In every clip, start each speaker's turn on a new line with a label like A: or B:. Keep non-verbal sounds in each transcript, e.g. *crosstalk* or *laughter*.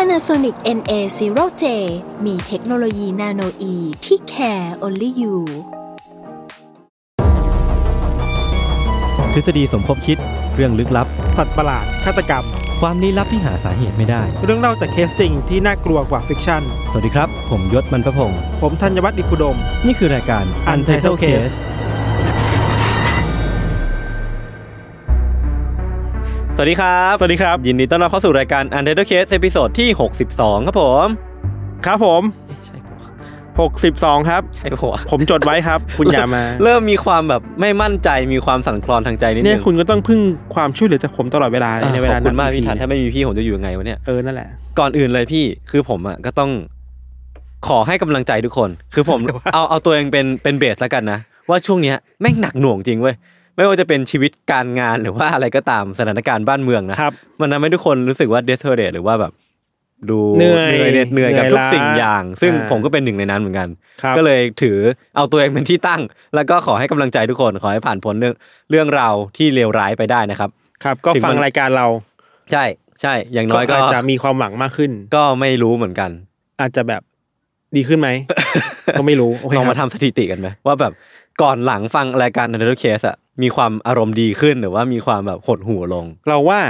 A: Panasonic NA0J มีเทคโนโลยีนาโนอีที่ care only you
B: ทฤษฎีสมคบคิด เรื่องลึกลับ
C: สัตว์ประหลาด ฆาตกรรม
B: ความลี้ลับที่หาสาเหตุไม่ได้
C: เรื่องเล่าจากเคสจริงที่น่ากลัวกว่าฟิกชั่น
B: สวัสดีครับ ผมยศมันประพงศ์
C: ผมธัญวัฒน์อิพุดม
B: นี่คือรายการ Untitled Case สวัสดีครับ สวัสดีครับ ยินดีต้อนรับเข้าสู่รายการ Untitled Case ตอนที่ 62 ครับผม
C: ครับผม
B: เอ๊ะใช่ปะวะ
C: 62 ครับ
B: ใช่ปะวะ
C: ผมจดไว้ครับ
B: *laughs*
C: คุณอย่ามา
B: เริ่มมีความแบบไม่มั่นใจมีความสั่นคลอนทางใจนิดนึง
C: เนี่ยคุณก็ต้องพึ่งความช่วยเหลือจากผมตลอดเวลาเลย
B: อ่ะ
C: ในเว
B: ข
C: ลา
B: อบคุณมากพี่ทัน
C: ที
B: ถ้าไม่มีพี่ผมจะอยู่ยังไงวะเนี่ย
C: เออ นั่นแหละ
B: ก่อนอื่นเลยพี่คือผมอ่ะก็ต้องขอให้กำลังใจทุกคน คือ
C: *laughs*
B: ผม เอาเอาตัวเองเป็นเป็นเบสแล้วกันนะ ว่าช่วงเนี้ยแม่งหนักหน่วงจริงเว้ยไม่ว่าจะเป็นชีวิตการงานหรือว่าอะไรก็ตามสถานการณ์บ้านเมืองนะครับ มันทำให้ทุกคนรู้สึกว่าเดสเทอร์เดหรือว่าแบบ ดู
C: เหนื่อย
B: เหน็ดเหนื่อยกับ
C: เหนื่อย
B: ทุกสิ่ง
C: ล้า
B: อย่าง ซึ่ง
C: อ่า
B: ผมก็เป็นหนึ่งในนั้นเหมือนกัน
C: ครับ
B: ก็เลยถือเอาตัวเองเป็นที่ตั้ง แล้วก็ขอให้กำลังใจทุกคนขอให้ผ่านพ้นเรื่องเรื่องราวที่เลวร้ายไปได้นะครับ
C: ครับ ก็
B: ถึงมัน
C: ฟังรายการเรา
B: ใช่ใช่อย่าง
C: ก็
B: น้อยก็
C: อาจจะมีความหวังมากขึ้น
B: ก็ไม่รู้เหมือนกัน *laughs*
C: อาจจะแบบดีขึ้นไหม ก็ไม่รู้โอเค
B: ลองมา
C: ค
B: ทำ
C: รับ
B: สถิติกันไหมว่าแบบก่อนหลังฟังรายการ u n d e r c a s e อะมีความอารมณ์ดีขึ้นหรือว่ามีความแบบหดหู่ลง
C: เราว่า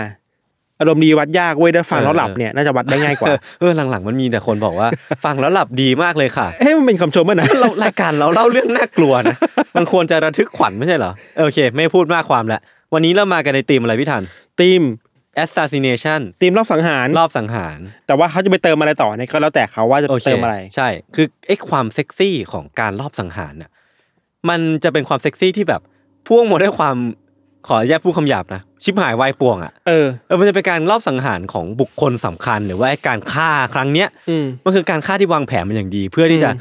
C: อารมณ์ดีวัดยากเว้ยถ้าฟังแล้วหลับ
B: เออ
C: เนี่ยน่าจะวัดได้ง่าย
B: *laughs*
C: กว่า
B: เออหลังๆมันมีแต่คนบอกว่า ฟังแล้วหลับดีมากเลยค่ะ
C: เฮ้ยมันเป็นคำชมป่ะนะ
B: เรารายการเราเล่าเรื่องน่ากลัวนะมันควรจะระทึกขวัญไม่ใช่เหรอเออโอเค ไม่พูดมากความละวันนี้เรามากันในธีมอะไรพี่ทัน
C: ทีม
B: assassination
C: ทีมรอบสังหาร
B: รอบสังหาร
C: แต่ว่าเขาจะไปเติมอะไรต่อเนี่ยก็แล้วแต่เขาว่าจะ
B: โอเค
C: เติมอะไร
B: ใช่ คือไอ้ความเซ็กซี่ของการรอบสังหารน่ะมันจะเป็นความเซ็กซี่ที่แบบพ่วงมาด้วยความขออนุญาตพูดคำหยาบนะชิบหายวายป่วงอะ
C: เออ
B: เออมันจะเป็นการรอบสังหารของบุคคลสำคัญ หรือว่าไอ้การฆ่าครั้งเนี้ย
C: อืม
B: มันคือการฆ่าที่วางแผนมันอย่างดี เพื่อที่จะ
C: อืม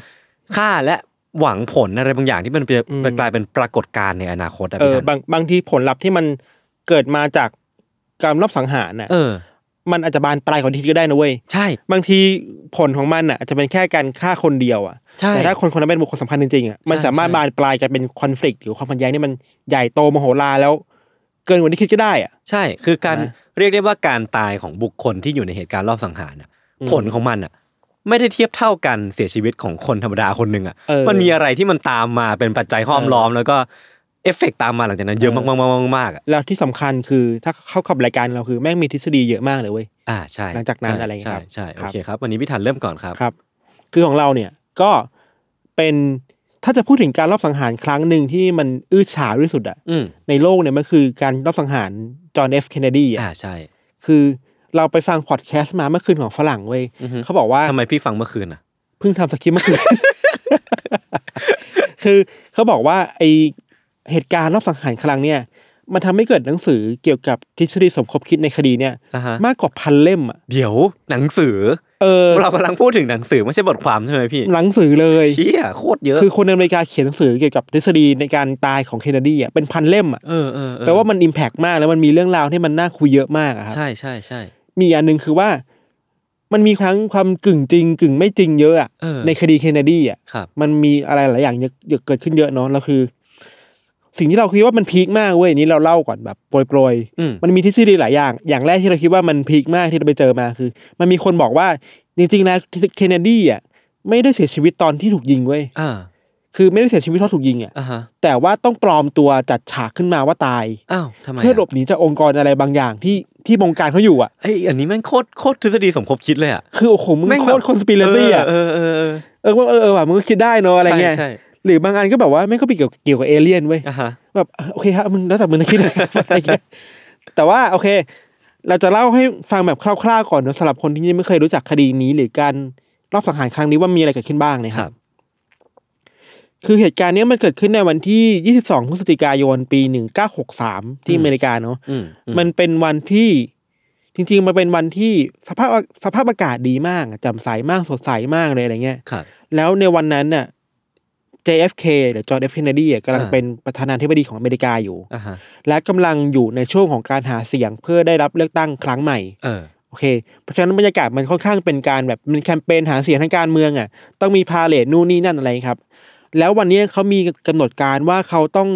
B: ฆ่าและหวังผลอะไรบางอย่างที่มันจะ
C: อืม
B: จะกลายเป็นปรากฏการณ์ในอนาคตอะ
C: เอ
B: พี่
C: อ
B: ทัน
C: บางบางทีผลลัพธ์ที่มันเกิดมาจากการรอบสังหารน่ะ
B: เออ
C: มันอาจจะบานปลายกว่าที่คิดก็ได้นะเว้ย
B: ใช่
C: บางทีผลของมันน่ะอาจจะเป็นแค่การฆ่าคนเดียวอ่ะ
B: ใช่
C: แต่ถ้าคนคนนั้นเป็นบุคคลสำคัญจริงๆอ่ะมัน
B: ใช่
C: สามารถ
B: ใช่
C: บานปลายกลายเป็นคอนฟ lict หรือความขัดแย้งที่มันใหญ่โตมโหฬารแล้ว เกินกว่าที่คิดก็ได้อ่ะ
B: ใช่ คือการ
C: นะ
B: เรียกได้ว่าการตายของบุคคลที่อยู่ในเหตุการณ์รอบสังหารน่ะผลของมันอ่ะ ไม่ได้เทียบเท่ากันเสียชีวิตของคนธรรมดาคนหนึ่งอ่ะ
C: เออ
B: มันมีอะไรที่มันตามมาเป็นปัจจัยห้อมล้อม แล้วก็เอฟเฟกต์ตามมาหลังจากนั้นเยอะมากๆๆๆมากๆอะ
C: แล้วที่สำคัญคือถ้าเข้ากับรายการเราคือแม่งมีทฤษฎีเยอะมากเลยเว้ย
B: อ่าใช่
C: หลังจากนั้น
B: ใช่
C: อะไรอย่างเงี้ย
B: ใช่ใช่
C: ค
B: โอ
C: รับ
B: เคครับวันนี้พี่ทันเริ่มก่อนครับ
C: ครับ คือของเราเนี่ยก็เป็นถ้าจะพูดถึงการรอบสังหารครั้งหนึ่งที่มันอื้อฉาวที่สุดอ่ะ
B: อืม
C: ในโลกเนี่ยมันคือการรอบสังหารจอห์นเอฟเคนเนดีอ่ะ
B: อ่าใช่
C: คือเราไปฟังพอดแคสต์มาเมื่อคืนของฝรั่งเว้ย
B: อือฮึ
C: เขาบอกว่า
B: ทำไมพี่ฟังเมื่อคืนอ่ะ
C: เพิ่งทำสคริปต์เมื่อคืน *laughs* คือเขาบอกว่าไอเหตุการณ์รอบสังหารครั้งเนี่ย มันทำให้เกิดหนังสือเกี่ยวกับทฤษฎีสมคบคิดในคดีเนี่ย
B: อ่าฮะ
C: มากกว่าพันเล่มอ่ะ
B: เดี๋ยวหนังสือ
C: เออ
B: เรากำลังพูดถึงหนังสือไม่ใช่บทความใช่ไหมพี่
C: หนังสือเลย
B: เชี่ยโคตรเยอะ
C: คือคนอเมริกาเขียนหนังสือเกี่ยวกับทฤษฎีในการตายของเคนเนดีอ่ะเป็นพันเล่มอ่ะ
B: เออเออเออ
C: แปลว่ามันอิมแพกมากแล้วมันมีเรื่องราวที่มันน่าคุยเยอะมากอะครับ
B: ใช่ใช่ใช่
C: มีอีกอันหนึ่งคือว่ามันมีครั้งความกึ่งจริง กึ่งไม่จริงเยอะอะ
B: เออ
C: ในคดีเคนเนดีอ่ะ
B: ครับ
C: มันมีอะไรหลายอย่างเยอะเยอะเกิดขึ้นเยอะเนาะแล้วคือ สิ่งที่เราคิดว่ามันพีคมากเว้ยอันนี้เราเล่าก่อนแบบโปรย
B: อืม
C: ๆมันมีทฤษฎีหลายอย่าง อย่างแรกที่เราคิดว่ามันพีคมากที่เราไปเจอมาคือ มันมีคนบอกว่าจริงๆแล้วเคนเนดีอ่ะไม่ได้เสียชีวิตตอนที่ถูกยิงเว้ย
B: อ่า
C: คือไม่ได้เสียชีวิตเพราะถูกยิงอ่ะ
B: อ่าฮะ
C: แต่ว่าต้องปลอมตัวจัดฉากขึ้นมาว่าตาย
B: อ้าวทำไมะ
C: เพื่อหลบหนีจากองค์กรอะไรบางอย่างที่ที่บงการเขาอยู่อ่ะ
B: ไอยอันนี้แม่งโคตรโคตรทฤษฎีสมคบคิดเลยอ่ะ
C: คือโอ้โหมึง
B: ง
C: โค
B: แบบ
C: ตรคอนสปิเรซี่อ่ะ
B: เออเออเออ
C: เออว่าเออเออว่ะมึงก็คิดได้เนอะอะไรเงี้ย
B: ใช่
C: หรือบางอันก็แบบว่าแม่งก็เกี่ยวกับเกี่ยวกับเอเลี่ยนเว้ย
B: ใช่อ่าฮะ
C: แบบโอเคครับมึงแล้วแต่มึงจะคิด *laughs* อะไรเงี้ยแต่ว่าโอเค เราจะเล่าให้ฟังแบบคร่าวๆก่อนเนอะสำหรับคนที่ยังไม่เคยรู้จักคดีนี้ หรือการรอบสังหารครั้งนี้ว่ามีอะไรเกิดขึ้นบ้างเนย
B: ค
C: ค
B: รั
C: รั
B: บบ
C: คือเหตุการณ์เนี้ยมันเกิดขึ้นในวันที่ 22 พฤศจิกายนปี 1963 ที่อเมริกาเนาะ
B: อืมอื
C: มันเป็นวันที่ จริง ๆ มันเป็นวันที่สภาพสภาพอากาศดีมากอะแจำใสมากสดใสมากเลยอะไรเงี้ย
B: ครับ
C: แล้วในวันนั้นน่ะ JFK หรือ John F Kennedy อ่ะกำลัง
B: อ่า
C: เป็นประธานาธิบดีของอเมริกาอยู่
B: อ่าฮะ
C: และกำลังอยู่ในช่วงของการหาเสียงเพื่อได้รับเลือกตั้งครั้งใหม่
B: เออ
C: โอเค เพราะฉะนั้นบรรยากาศมันค่อนข้างเป็นการแบบมันแคมเปญหาเสียงทางการเมืองอ่ะ ต้องมีพาเลทนู่นนี่นั่นอะไรครับ แล้ววันนี้เขามีกำหนดการว่าเขาต้อง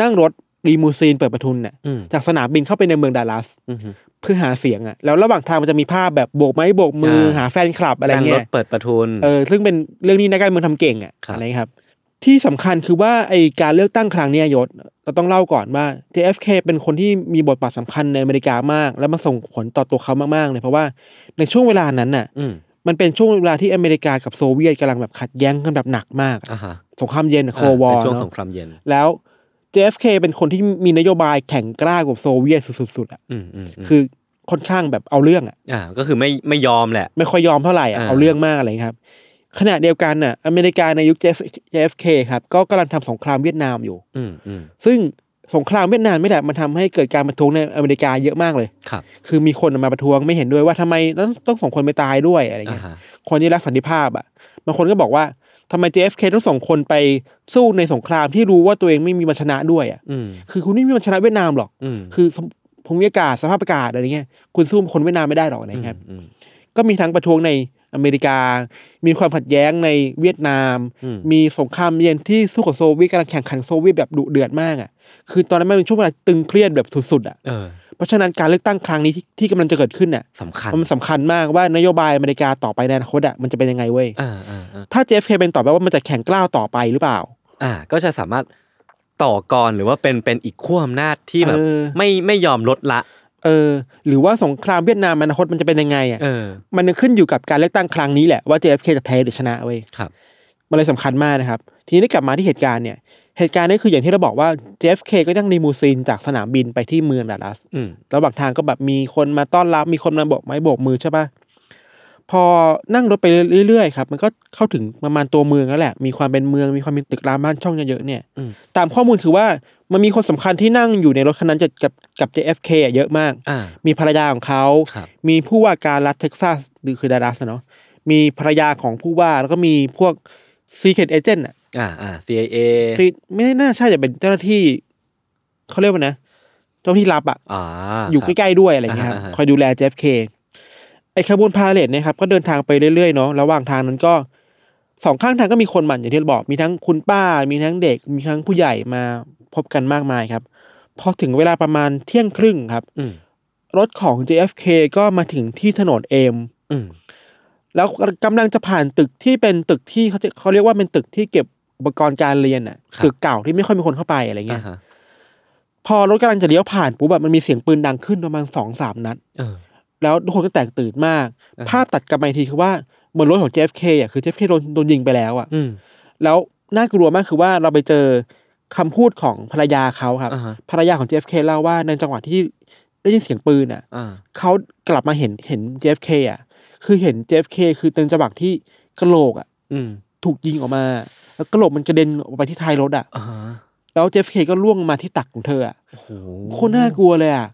C: นั่งรถลีมูซีนเปิดประทุนน่ะ
B: อืม
C: จากสนามบินเข้าไปในเมืองดัลลัส
B: อือฮึ
C: เพื่อหาเสียงอ่ะ แล้วระหว่างทางมันจะมีภาพแบบโบกไม้โบกมืออา หาแฟนคลับอะไร
B: นั่งร
C: เงี้
B: ถ
C: ย
B: เปิดประทุน
C: เออซึ่งเป็นเรื่องนี้นักการเมืองทำเก่งอ่ะ
B: ครับ
C: อะไรครับ ที่สำคัญคือว่าไอการเลือกตั้งครั้งเนี้ยยศเราต้องเล่าก่อนว่า JFK เป็นคนที่มีบทบาทสำคัญในอเมริกามาก แล้วมันส่งผลต่อตัวเขามากๆเลยเพราะว่าในช่วงเวลานั้นน่ะ
B: อืม
C: มันเป็นช่วงเวลาที่อเมริกากับโซเวียตกำลังแบบขัดแย้งกันแบบหนักมากอะ
B: อ่าฮะ
C: สงครามเย็นโค
B: าว
C: อ
B: ใน
C: ร์
B: ช่วง
C: เน
B: สง
C: อะ
B: ครามเย็น
C: แล้ว JFK เป็นคนที่มีนโยบายแข่งกล้ากับโซเวียตสุดๆอ่ะ
B: อืมอืมอืม
C: คือค่อนข้างแบบเอาเรื่องอ่ะ
B: อ่า ก็คือไม่ไม่ยอมแหละ
C: ไม่ค่อยยอมเท่าไหร่อะ
B: อ่า
C: เอาเรื่องมากอะไรครับ ขณะเดียวกันน่ะ อเมริกาในยุค JFK ครับ ก็กำลังทำสงครามเวียดนามอยู่
B: อืมอืม
C: ซึ่งสงครามเวียดนามไม่แหละมันทำให้เกิดการประท้วงในอเมริกาเยอะมากเลย
B: ครับ
C: คือมีคนมาประท้วงไม่เห็นด้วยว่าทำไมต้องต้องส่งคนไปตายด้วยอะไร
B: อ่า
C: เงี้ย
B: ฮะ
C: คนที่รักสันติภาพอ่ะบางคนก็บอกว่าทำไม JFK ต้องส่งคนไปสู้ในสงครามที่รู้ว่าตัวเองไม่มีวันชนะด้วยอ่ะ
B: อืม
C: คือคุณไม่มีวันชนะเวียดนามหรอก
B: อืม
C: คือภูมิอากาศสภาพอากาศอะไรเงี้ยคุณสู้คนเวียดนามไม่ได้หรอกอะไรครับ
B: อืม
C: ก็มีทั้งประท้วงในอเมริกา มีความขัดแย้งในเวียดนาม
B: อืม
C: มีสงครามเย็นที่สู้กับโซเวียตกำลังแข่งขันโซเวียตแบบดุเดือดมากอ่ะ คือตอนนั้นมันเป็นช่วงเวลาตึงเครียดแบบสุดๆอ่ะ
B: เออ
C: เพราะฉะนั้นการเลือกตั้งครั้งนี้ที่ที่กำลังจะเกิดขึ้นอ่ะ
B: สำคัญ
C: มันสำคัญมากว่านโยบายอเมริกาต่อไปในอนาคตอ่ะมันจะเป็นยังไงเว้ย
B: อ่าอ่าอ่า
C: ถ้าเจฟเคเป็นต่อไปว่ามันจะแข่งกล้าวต่อไปหรือเปล่า
B: อ่า ก็จะสามารถต่อกรหรือว่าเป็นเป็นอีกขั้วอำนาจที่แบบ
C: เออ
B: ไม่ไม่ยอมลดละ
C: เออ หรือว่าสงครามเวียดนามในอนาคตมันจะเป็นยังไงอ่ะ
B: เออ
C: มันขึ้นอยู่กับการเลือกตั้งครั้งนี้แหละว่าเจฟเคจะแพ้หรือชนะเว้ย
B: ครับ
C: มันเลยสำคัญมากนะครับ ทีนี้กลับมาที่เหตุการณ์เนี่ย เหตุการณ์นี้คืออย่างที่เราบอกว่า JFK ก็นั่งลีมูซีนจากสนามบินไปที่เมืองดัลลัส
B: อืม
C: ระหว่างทางก็แบบมีคนมาต้อนรับ มีคนมาโบกไม้โบกมือใช่ปะพอนั่งรถไปเรื่อยๆครับ มันก็เข้าถึงประมาณตัวเมืองแล้วแหละ มีความเป็นเมือง มีความมีตึกรามบ้านช่องเยอะๆเนี่ย
B: อืม
C: ตามข้อมูลคือว่ามันมีคนสำคัญที่นั่งอยู่ในรถคันนั้นจะกับกับ JFK อะเยอะมาก
B: อ่า
C: มีภรรยาของเขา
B: ครับ
C: มีผู้ว่าการรัฐเท็กซัสหรือคือดัลลัสอะเนาะ มีภรรยาของผู้ว่าแล้วก็มีพวก Secret Agent อะ
B: อ่าอ่า CIA
C: ซีไม่น่าใช่จะเป็นเจ้าหน้าที่เขาเรียกว่านะ เจ้าหน้าที่ลับอะ
B: อ่า
C: อยู่
B: ค
C: ใก
B: รับ
C: ล้ๆด้วยอะไรอย่างเงี้ยครับ
B: อ่าฮะ
C: คอยดูแล JFK ไอ้ขบวนพาเลทเนี่ยครับก็เดินทางไปเรื่อยๆเนาะระหว่างทางนั้นก็สองข้างทางก็มีคนหมั่นอย่างที่เราบอกมีทั้งคุณป้า มีทั้งเด็ก มีทั้งผู้ใหญ่มาพบกันมากมายครับพอถึงเวลาประมาณเที่ยงครึ่งครับ
B: อืม
C: รถของ JFK ก็มาถึงที่ถนนเอม
B: อืม
C: แล้วกำลังจะผ่านตึกที่เป็นตึกที่เขาเขาเรียกว่าเป็นตึกที่เก็บอุปกรณ์การเรียนอ่ะตึกเก่าที่ไม่ค่อยมีคนเข้าไปอะไร
B: อ่า
C: เงี้ย
B: ฮะ
C: พอรถกำลังจะเลี้ยวผ่านปุ๊บแบบมันมีเสียงปืนดังขึ้นประมาณสองสามนัด
B: เออ
C: แล้วทุกคนก็แตกตื่นมาก
B: อ่าฮะ
C: ภาพตัดกลับมาอีกทีคือว่าเหมือนรถของ JFK อ่ะคือ JFK โดนโดนยิงไปแล้วอ่ะ
B: อืม
C: แล้วน่ากลัวมากคือว่าเราไปเจอคำพูดของภรรยาเขาครับ
B: อ่าฮะ
C: ภรรยาของ JFK เล่าว่าในจังหวะที่ได้ยินเสียงปืนอ่ะ
B: อ่า
C: เขากลับมาเห็นเห็น JFK อ่ะคือเห็น JFK คือเป็นจังหวะที่กระโหลกอ่ะ
B: อืม
C: ถูกยิงออกมา แล้วกระโหลกมันกระเด็นออกไปที่ท้ายรถอ่ะ
B: อ่าฮะ
C: แล้ว JFK ก็ล่วงมาที่ตักของเธออ่ะ
B: โอ้โห
C: โคตรน่ากลัวเลยอ่ะ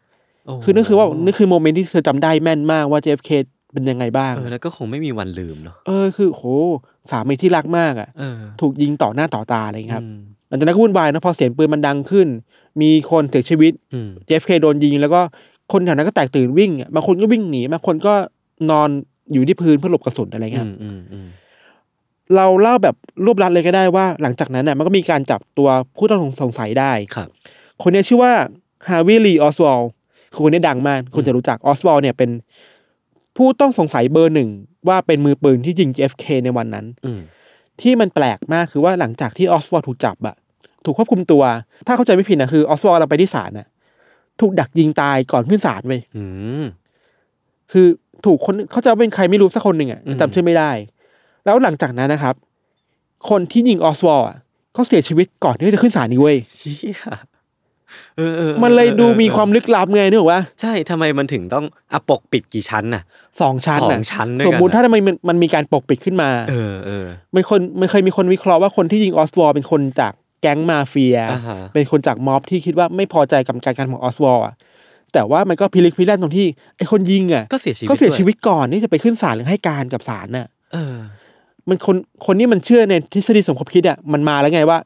B: โโห
C: คือนั่นคือว่านี่คือโมเมนต์ที่เธอจำได้แม่นมากว่า JFK เป็นยังไงบ้าง
B: เออแล้วก็คงไม่มีวันลืมเนาะ
C: เออคือโหสามีที่รักมากอ่ะ
B: เออ
C: ถูกยิงต่อหน้าต่อตาอะไรอย่างเงี้ยครับ
B: อืม
C: หลังจากนั้นก็วุ่นวายนะพอเสียงปืนมันดังขึ้น มีคนเสียชีวิต
B: อืม
C: JFK โดนยิง แล้วก็คนแถวนั้นก็แตกตื่นวิ่งอะบางคนก็วิ่งหนีบางคนก็นอนอยู่ที่พื้นเพื่อหลบกระสุนอะไรอย่างเงี้ย
B: อืม
C: ครับ
B: อืมอืม
C: เราเล่าแบบรวบรัดเลยก็ได้ว่า หลังจากนั้นน่ะมันก็มีการจับตัวผู้ต้องสงสัยได้
B: ครับ
C: คนเนี้ยชื่อว่าฮาวิลีออสวอลคือคนเนี้ยดังมากคุณจะรู้จักออสวอลเนี่ยเป็นผู้ต้องสงสัยเบอร์หนึ่งว่าเป็นมือปืนที่ยิง JFK ในวันนั้น
B: อืม
C: ที่มันแปลกมากคือว่าหลังจากที่ออสวอลถูกจับอะถูกควบคุมตัว ถ้าเข้าใจไม่ผิดนะคือออสวอลเราไปที่ศาลน่ะถูกดักยิงตายก่อนขึ้นศาลไป
B: อืม
C: คือถูกคนเขาจะเป็นใครไม่รู้สักคนหนึ่งอะ
B: อืม
C: จำชื่อไม่ได้ แล้วหลังจากนั้นนะครับ คนที่ยิงออสวอลอะเขาเสียชีวิตก่อนที่จะขึ้นศาลนี่เว้ย
B: เชี่ยเออออออ
C: มันเลยดู
B: ออ
C: มีความลึกลับไงนึกออกว่า
B: ใช่ทำไมมันถึงต้องอะปกปิดกี่ชั้นน่ะ
C: สองชั้น
B: ส
C: น่ะ
B: องชั้นด้วยกัน
C: สมมุติ
B: น่ะ
C: ถ้ามันมันมันมีการปกปิดขึ้นมา
B: เออเออ
C: มันคนมันเคยมีคนวิเคราะห์ว่าคนที่ยิงออสวอลเป็นคนจากแก๊งมาเฟีย
B: อ่าฮะ
C: เป็นคนจากม็อบที่คิดว่าไม่พอใจกับการการของออสวอลอ่ะ แต่ว่ามันก็พิลึกพิลั่นตรงที่ไอ้คนยิงอ่ะ
B: ก็เสียชีวิต
C: เขาเสียชีวิ
B: ด้
C: ตก่อนที่จะไปขึ้นศาลหรือให้การกับศาลน่ะ
B: ยเออ
C: มันคนคนนี้มันเชื่อในทฤษฎีสมคบคิดอ่ะมันมาแล้วไงว่า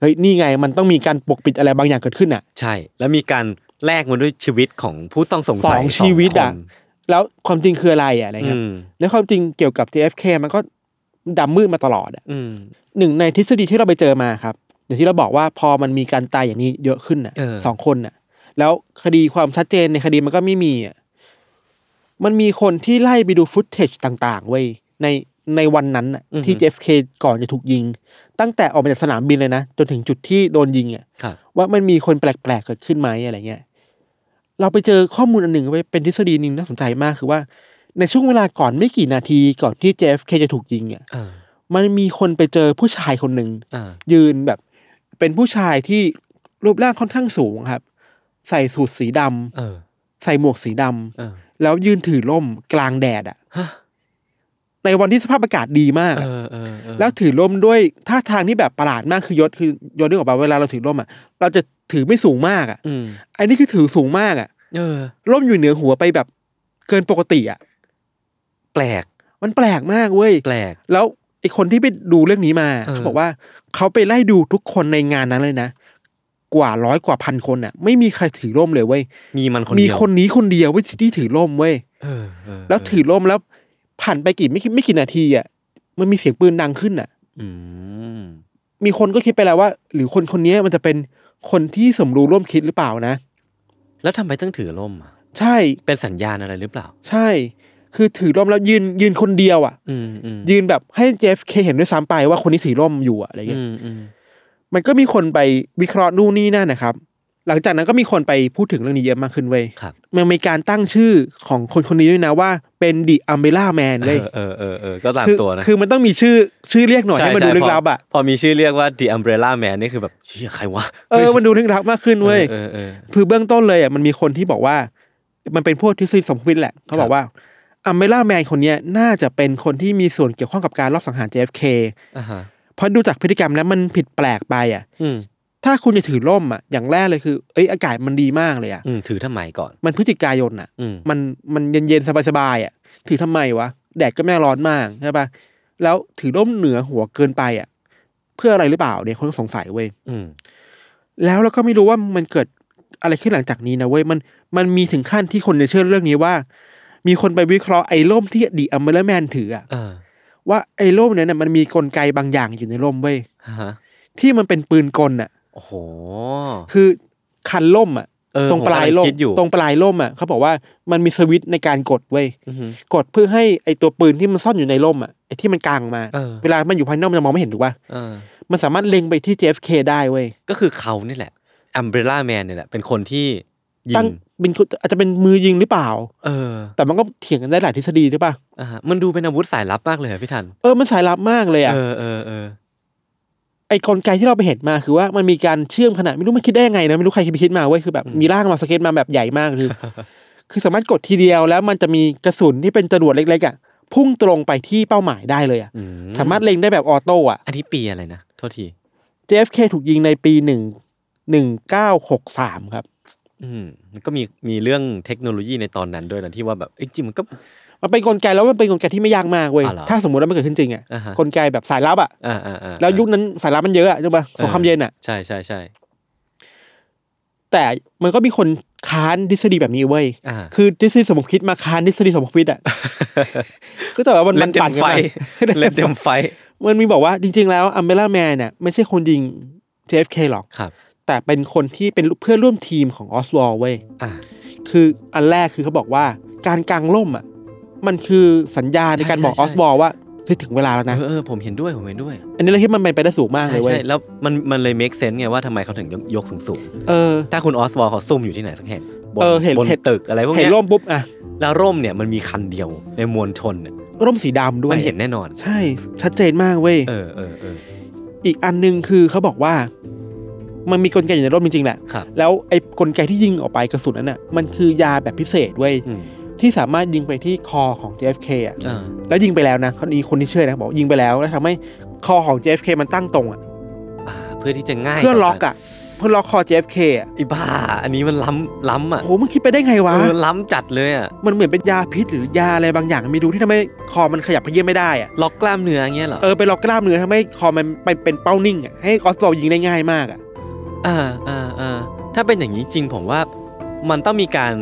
C: เฮ้ยนี่ไงมันต้องมีการปกปิดอะไรบางอย่างเกิดขึ้นอ่ะ
B: ใช่ แล้วมีการแลกมาด้วยชีวิตของผู้ต้องสงสัย
C: สองชีวิตอะ
B: สงคน
C: แล้วความจริงคืออะไรอ่ะอะไรเงี้ย
B: อืม
C: แล้วความจริงเกี่ยวกับ JFK มันก็ดำมืดมาตลอดอะ
B: อืม
C: หนึ่งในทฤษฎีที่เราไปเจอมาครับอย่างที่เราบอกว่าพอมันมีการตายอย่างนี้เยอะขึ้นอ่ะ
B: เออ
C: สองคนอ่ะ แล้วคดีความชัดเจนในคดีมันก็ไม่มีอ่ะมันมีคนที่ไล่ไปดูฟุตเทจต่างๆเว้ยในในวันนั้นอ่ะที่ JFK ก่อนจะถูกยิง ตั้งแต่ออกมาจากสนามบินเลยนะจนถึงจุดที่โดนยิงอ่ะ
B: ครับ
C: ว่ามันมีคนแปลกๆเกิดขึ้นไหมอะไรเงี้ย เราไปเจอข้อมูลอันหนึ่งไว้ยเป็นทฤษฎีหนึ่งน่าสนใจมากคือว่า ในช่วงเวลาก่อนไม่กี่นาทีก่อนที่ JFK จะถูกยิงอ่ะ
B: เออ
C: มันมีคนไปเจอผู้ชายคนหนึ่ง
B: เออ
C: ยืนแบบ เป็นผู้ชายที่รูปร่างค่อนข้างสูงครับ ใส่สูทสีดำ
B: เออ
C: ใส่หมวกสีดำ
B: เออ
C: แล้วยืนถือร่มกลางแดดอ่ะ
B: ฮะ
C: ในวันที่สภาพอากาศดีมาก
B: เออ
C: อะ
B: เออเออ
C: แล้วถือร่มด้วยท่าทางที่แบบประหลาดมากคือยศคือยศนึกออกปะเวลาเราถือร่มอ่ะ เราจะถือไม่สูงมากอ่ะ
B: อืม
C: อันนี้คือถือสูงมากอ่ะ
B: เออ
C: ร่มอยู่เหนือหัวไปแบบเกินปกติอ่ะ
B: แปลก
C: มันแปลกมากเว้ย
B: แปลก
C: แล้วไอคนที่ไปดูเรื่องนี้มา
B: เออ
C: เขาบอกว่าเขาไปไล่ดูทุกคนในงานนั้นเลยนะกว่าร้อยกว่าพันคนอ่ะ ไม่มีใครถือร่มเลยเว้ย
B: มีมันคนเดี
C: มี
B: ยว
C: คนนี้คนเดียวเว้ยที่ถือร่มเว้ย
B: เออเออ
C: แล้วถือร่มแล้วผ่านไปกี่ไม่กี่ไม่กี่นาทีอ่ะมันมีเสียงปืนดังขึ้นอ่ะ
B: อืม
C: มีคนก็คิดไปแล้วว่า หรือคนคนนี้มันจะเป็นคนที่สมรู้ร่วมคิดหรือเปล่านะ
B: แล้วทำไมต้องถือร่มอะ
C: ใช่
B: เป็นสัญญาณอะไรหรือเปล่า
C: ใช่ คือถือร่มแล้วยืนยืนคนเดียวอะ่ะ
B: อืมอืม
C: ยืนแบบให้เจฟเคเห็นด้วยซ้ำไปว่าคนนี้ถือร่มอยู่อะอะไร
B: อื
C: เงี้ย
B: มอืม
C: มันก็มีคนไปวิเคราะห์นู่นนี่นั่นนะครับ หลังจากนั้นก็มีคนไปพูดถึงเรื่องนี้เยอะมากขึ้นเว้ย
B: ครับ
C: มันมีการตั้งชื่อของคนคนนี้ด้วยนะว่าเป็นดิอัมเบล่าแมน
B: เอ
C: เว้ย
B: อเออเออเออก็ตาม
C: คื
B: ตัวนะ
C: คือมันต้องมีชื่อชื่อเรียกหน่อย
B: ใช่
C: ให้มันดู
B: ใช่
C: ลึกลับอ่ะ
B: พพอมีชื่อเรียกว่า The Umbrella Man นี่คือแบบเชี่ยใครวะ
C: เออมันดูลึกลับมากขึ้นเว้ย
B: เออเออ
C: คือเบื้องต้นเลยอ่ะมันมีคนที่บอกว่า มันเป็นพวกทฤษฎีสมคบคิดแหละ เขาบอ
B: ครั
C: ก
B: บ
C: ว่าอัมเบล่าแมนคนเนี้ยน่าจะเป็นคนที่มีส่วนเกี่ยวข้องกับการลอบสังหาร JFK
B: อ่าฮะ
C: เพราะดูจากพฤติกรรมแล้วมันผิดแปลกไปอ่ะ
B: อืม
C: ถ้าคุณจะถือร่มอ่ะอย่างแรกเลยคือเอ้ยอากาศมันดีมากเลยอ่ะ
B: อืมถือทำไมก่อน
C: มันพฤศจิกายนอ่ะ
B: อืม
C: มันมันเย็นๆสบายๆอ่ะ ถือทำไมวะแดดก็ไม่ร้อนมากใช่ปะแล้วถือร่มเหนือหัวเกินไปอ่ะ เพื่ออะไรหรือเปล่าเนี่ยคนก็สงสัยเว้ย
B: อืม
C: แล้วเราก็ไม่รู้ว่ามันเกิดอะไรขึ้นหลังจากนี้นะเว้ยมันมันมีถึงขั้นที่คนจะเชื่อเรื่องนี้ว่า มีคนไปวิเคราะห์ไอ้ร่มที่ดีอัมเบอร์แมนถืออะ
B: เออ
C: ว่าไอ้ร่มเนี่ยนะมันมีกลไกบางอย่างอยู่ในร่มเว้ย
B: อ่าฮะ
C: ที่มันเป็นปืนกลน่ะ
B: โอ้โห
C: คือคันร่มอ่ะ
B: เออ
C: ตรงปลาย
B: ผมกำลั
C: ร่
B: ง
C: ม
B: คิดอยู่
C: ตรงปลายร่มอ่ะเขาบอกว่ามันมีสวิตช์ในการกดเว้ย
B: อือหือ
C: กดเพื่อให้ไอ้ตัวปืนที่มันซ่อนอยู่ในร่มอ่ะไอ้ที่มันกางออกมา
B: เออ
C: เวลามันอยู่ภายนอกมันจะมองไม่เห็นถูกป่ะ
B: เออ
C: มันสามารถเล็งไปที่ JFK ได้เว้ย
B: ก็คือเขานี่แหละ Umbrella Man เนี่ยแหละ เป็นคนที่ยิ
C: ตั้
B: ง
C: งเป็นคนอาจจะเป็นมือยิงหรือเปล่า
B: เออ
C: แต่มันก็เถียงกันได้หลายทฤษฎีใช่ป่ะ
B: อ่าฮะมันดูเป็นอาวุธสายลับมากเลยอะพี่ทัน
C: เออ มันสายลับมากเลยอ่ะ
B: เออเออเออ
C: ไอ้กลไกที่เราไปเห็นมาคือว่ามันมีการเชื่อมขนาดไม่รู้มันคิดได้ยังไงนะ ไม่รู้ใครคิดไปคิดมาเว้ย คือแบบมีร่างมาสเก็ตมาแบบใหญ่มากคือ
B: *laughs*
C: คือสามารถกดทีเดียวแล้วมันจะมีกระสุนที่เป็นจรวดเล็กๆอ่ะพุ่งตรงไปที่เป้าหมายได้เลยอ่ะ
B: อืม
C: สามารถเล็งได้แบบออโต้อ่ะ
B: อันนี้ปีอะไรนะ โทษที
C: JFK ถูกยิงในปีหนึ่งหนึ่งเก้าหกสามครับ
B: อืมมันก็มีมีเรื่องเทคโนโลยีในตอนนั้นด้วยนะที่ว่าแบบเอ้ยจริงมันก็
C: มันเป็นกลไกแล้วมันเป็นกลไกที่ไม่ยากมากเว้ย
B: อ๋อเหรอ
C: ถ้าสมมติว่ามันเกิดขึ้นจริงอ่ะ
B: อ่าฮะ
C: กลไกแบบสายลับอ่ะ
B: อ่าอ่าอ่า
C: แล้วยุคนั้นสายลับมันเยอะอ่ะใช่ปะสงครามเย็นอ่ะ
B: ใช่ใช่ใช่
C: แต่มันก็มีคนค้านทฤษฎีแบบนี้เว้ย *laughs*
B: อ่า
C: คือทฤษฎีสมคบคิดมาค้านทฤษฎีสมคบคิด
B: *laughs*
C: อ่ะ คือแต่ว่ามัน
B: เล่
C: มัน
B: นเต็
C: ปั่
B: ม
C: นกัน
B: ไฟ
C: มา
B: เล่นเต็มไฟ
C: มันมีบอกว่าจริง ๆ แล้วอัมเบล่าแมนเนี่ยไม่ใช่คนยิง JFK หรอก
B: ครับ
C: แต่เป็นคนที่เป็นเพื่อนร่วมทีมของออสวอลเว้ย
B: อ่า
C: คืออันแรกคือเขาบอกว่าการกางล่มอ่ะ มันคือสัญญาณในการบอก
B: ใช่
C: อ
B: ใช่
C: อสวอลว่าถึงเวลาแล้วนะ
B: เออเออผมเห็นด้วยผมเห็นด้วย
C: อันนี้เราคิดมันเป็นไปได้สูงมากเล
B: ใช่
C: ยเว้ย
B: ใช่แล้วมันมันเลย make sense ไงว่าทำไมเขาถึงยกยกสูงสูงๆ
C: เออ
B: ถ้าคุณออสวอลเขาซุ่มอยู่ที่ไหนสักแห่งบน
C: เออเห็น
B: บน
C: เห็น
B: ตึกอะไรพวก
C: เห็
B: เนี้
C: น
B: ย
C: ร่มปุ๊บอ่ะ
B: แล้วร่มเนี่ยมันมีคันเดียวในมวลชนเนี่ย
C: ร่มสีดำด้วย
B: มันเห็นแน่นอน
C: ใช่ ชัดเจนมากเว้ย
B: เออเออเออ
C: อีกอันหนึ่งคือเขาบอกว่า มันมีกลไกอยู่ในร่มจริงๆแหละ
B: ครับ
C: แล้วไอ้กลไกที่ยิงออกไปกระสุนนั้นน่ะมันคือยาแบบพิเศษเว้ย
B: อืม
C: ที่สามารถยิงไปที่คอของ JFK อ่ะ
B: เออ
C: แล้วยิงไปแล้วนะคนนี้คนที่เชื่อนะบอกยิงไปแล้วแล้วทำให้คอของ JFK มันตั้งตรงอ่ะ
B: อ่าเพื่อที่จะง่าย
C: เพื่อล็อกอ่ะ เพื่อล็อกคอ JFK อะ
B: ไอีบ้า อันนี้มันล้ำล้ำอ่ะ
C: โหมึงคิดไปได้ไงวะ
B: เออล้ำจัดเลยอ่ะ
C: มันเหมือนเป็นยาพิษหรือยาอะไรบางอย่างไม่รู้ที่ทำให้คอมันขยับเขยื้อนไม่ได้อะ
B: ล็อกกล้ามเนื้ออย่างเงี้ยเหรอ
C: เออไปล็อกกล้ามเนื้อทำให้คอมันไปเป็นเป้านิ่งอะให้ออสโซยิงได้ง่ายมากอะ
B: เอ่าอ่าอ่าถ้าเป็นอย่างนี้จริงผมว่ามันต้องมีการ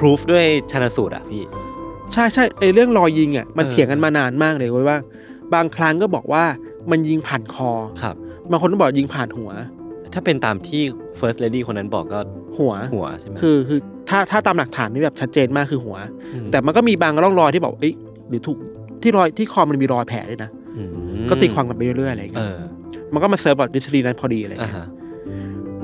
B: พิสูจด้วยชนสูตรอ่ะพี่
C: ใช่ใช่ไอเรื่องรอยยิงอะมัน
B: เออ
C: เถียงกันมานานมากเลยเว้ยว่า บางครั้งก็บอกว่ามันยิงผ่านคอ
B: ครับ
C: บางคนก็บอกยิงผ่านหัว
B: ถ้าเป็นตามที่ first lady คนนั้นบอกก็
C: หัว
B: หัวใช่ไหม
C: คือคือถ้าถ้าตามหลักฐานนี่แบบชัดเจนมากคือหัว
B: ม
C: แต่มันก็มีบางร่องรอยที่บอกเอ้ยหรือถูกที่รอยที่คอมันมีรอยแผลด้วยนะ
B: อืม
C: ก็ตีความกันไปเรื่อยๆอะไรอย่าง
B: เอ
C: เงี้ย
B: อ
C: มันก็มาเซิร์ฟแบบดิสรีนั้นพอดีอะไรอย่าง
B: อ่า
C: เงี้ย
B: ฮะ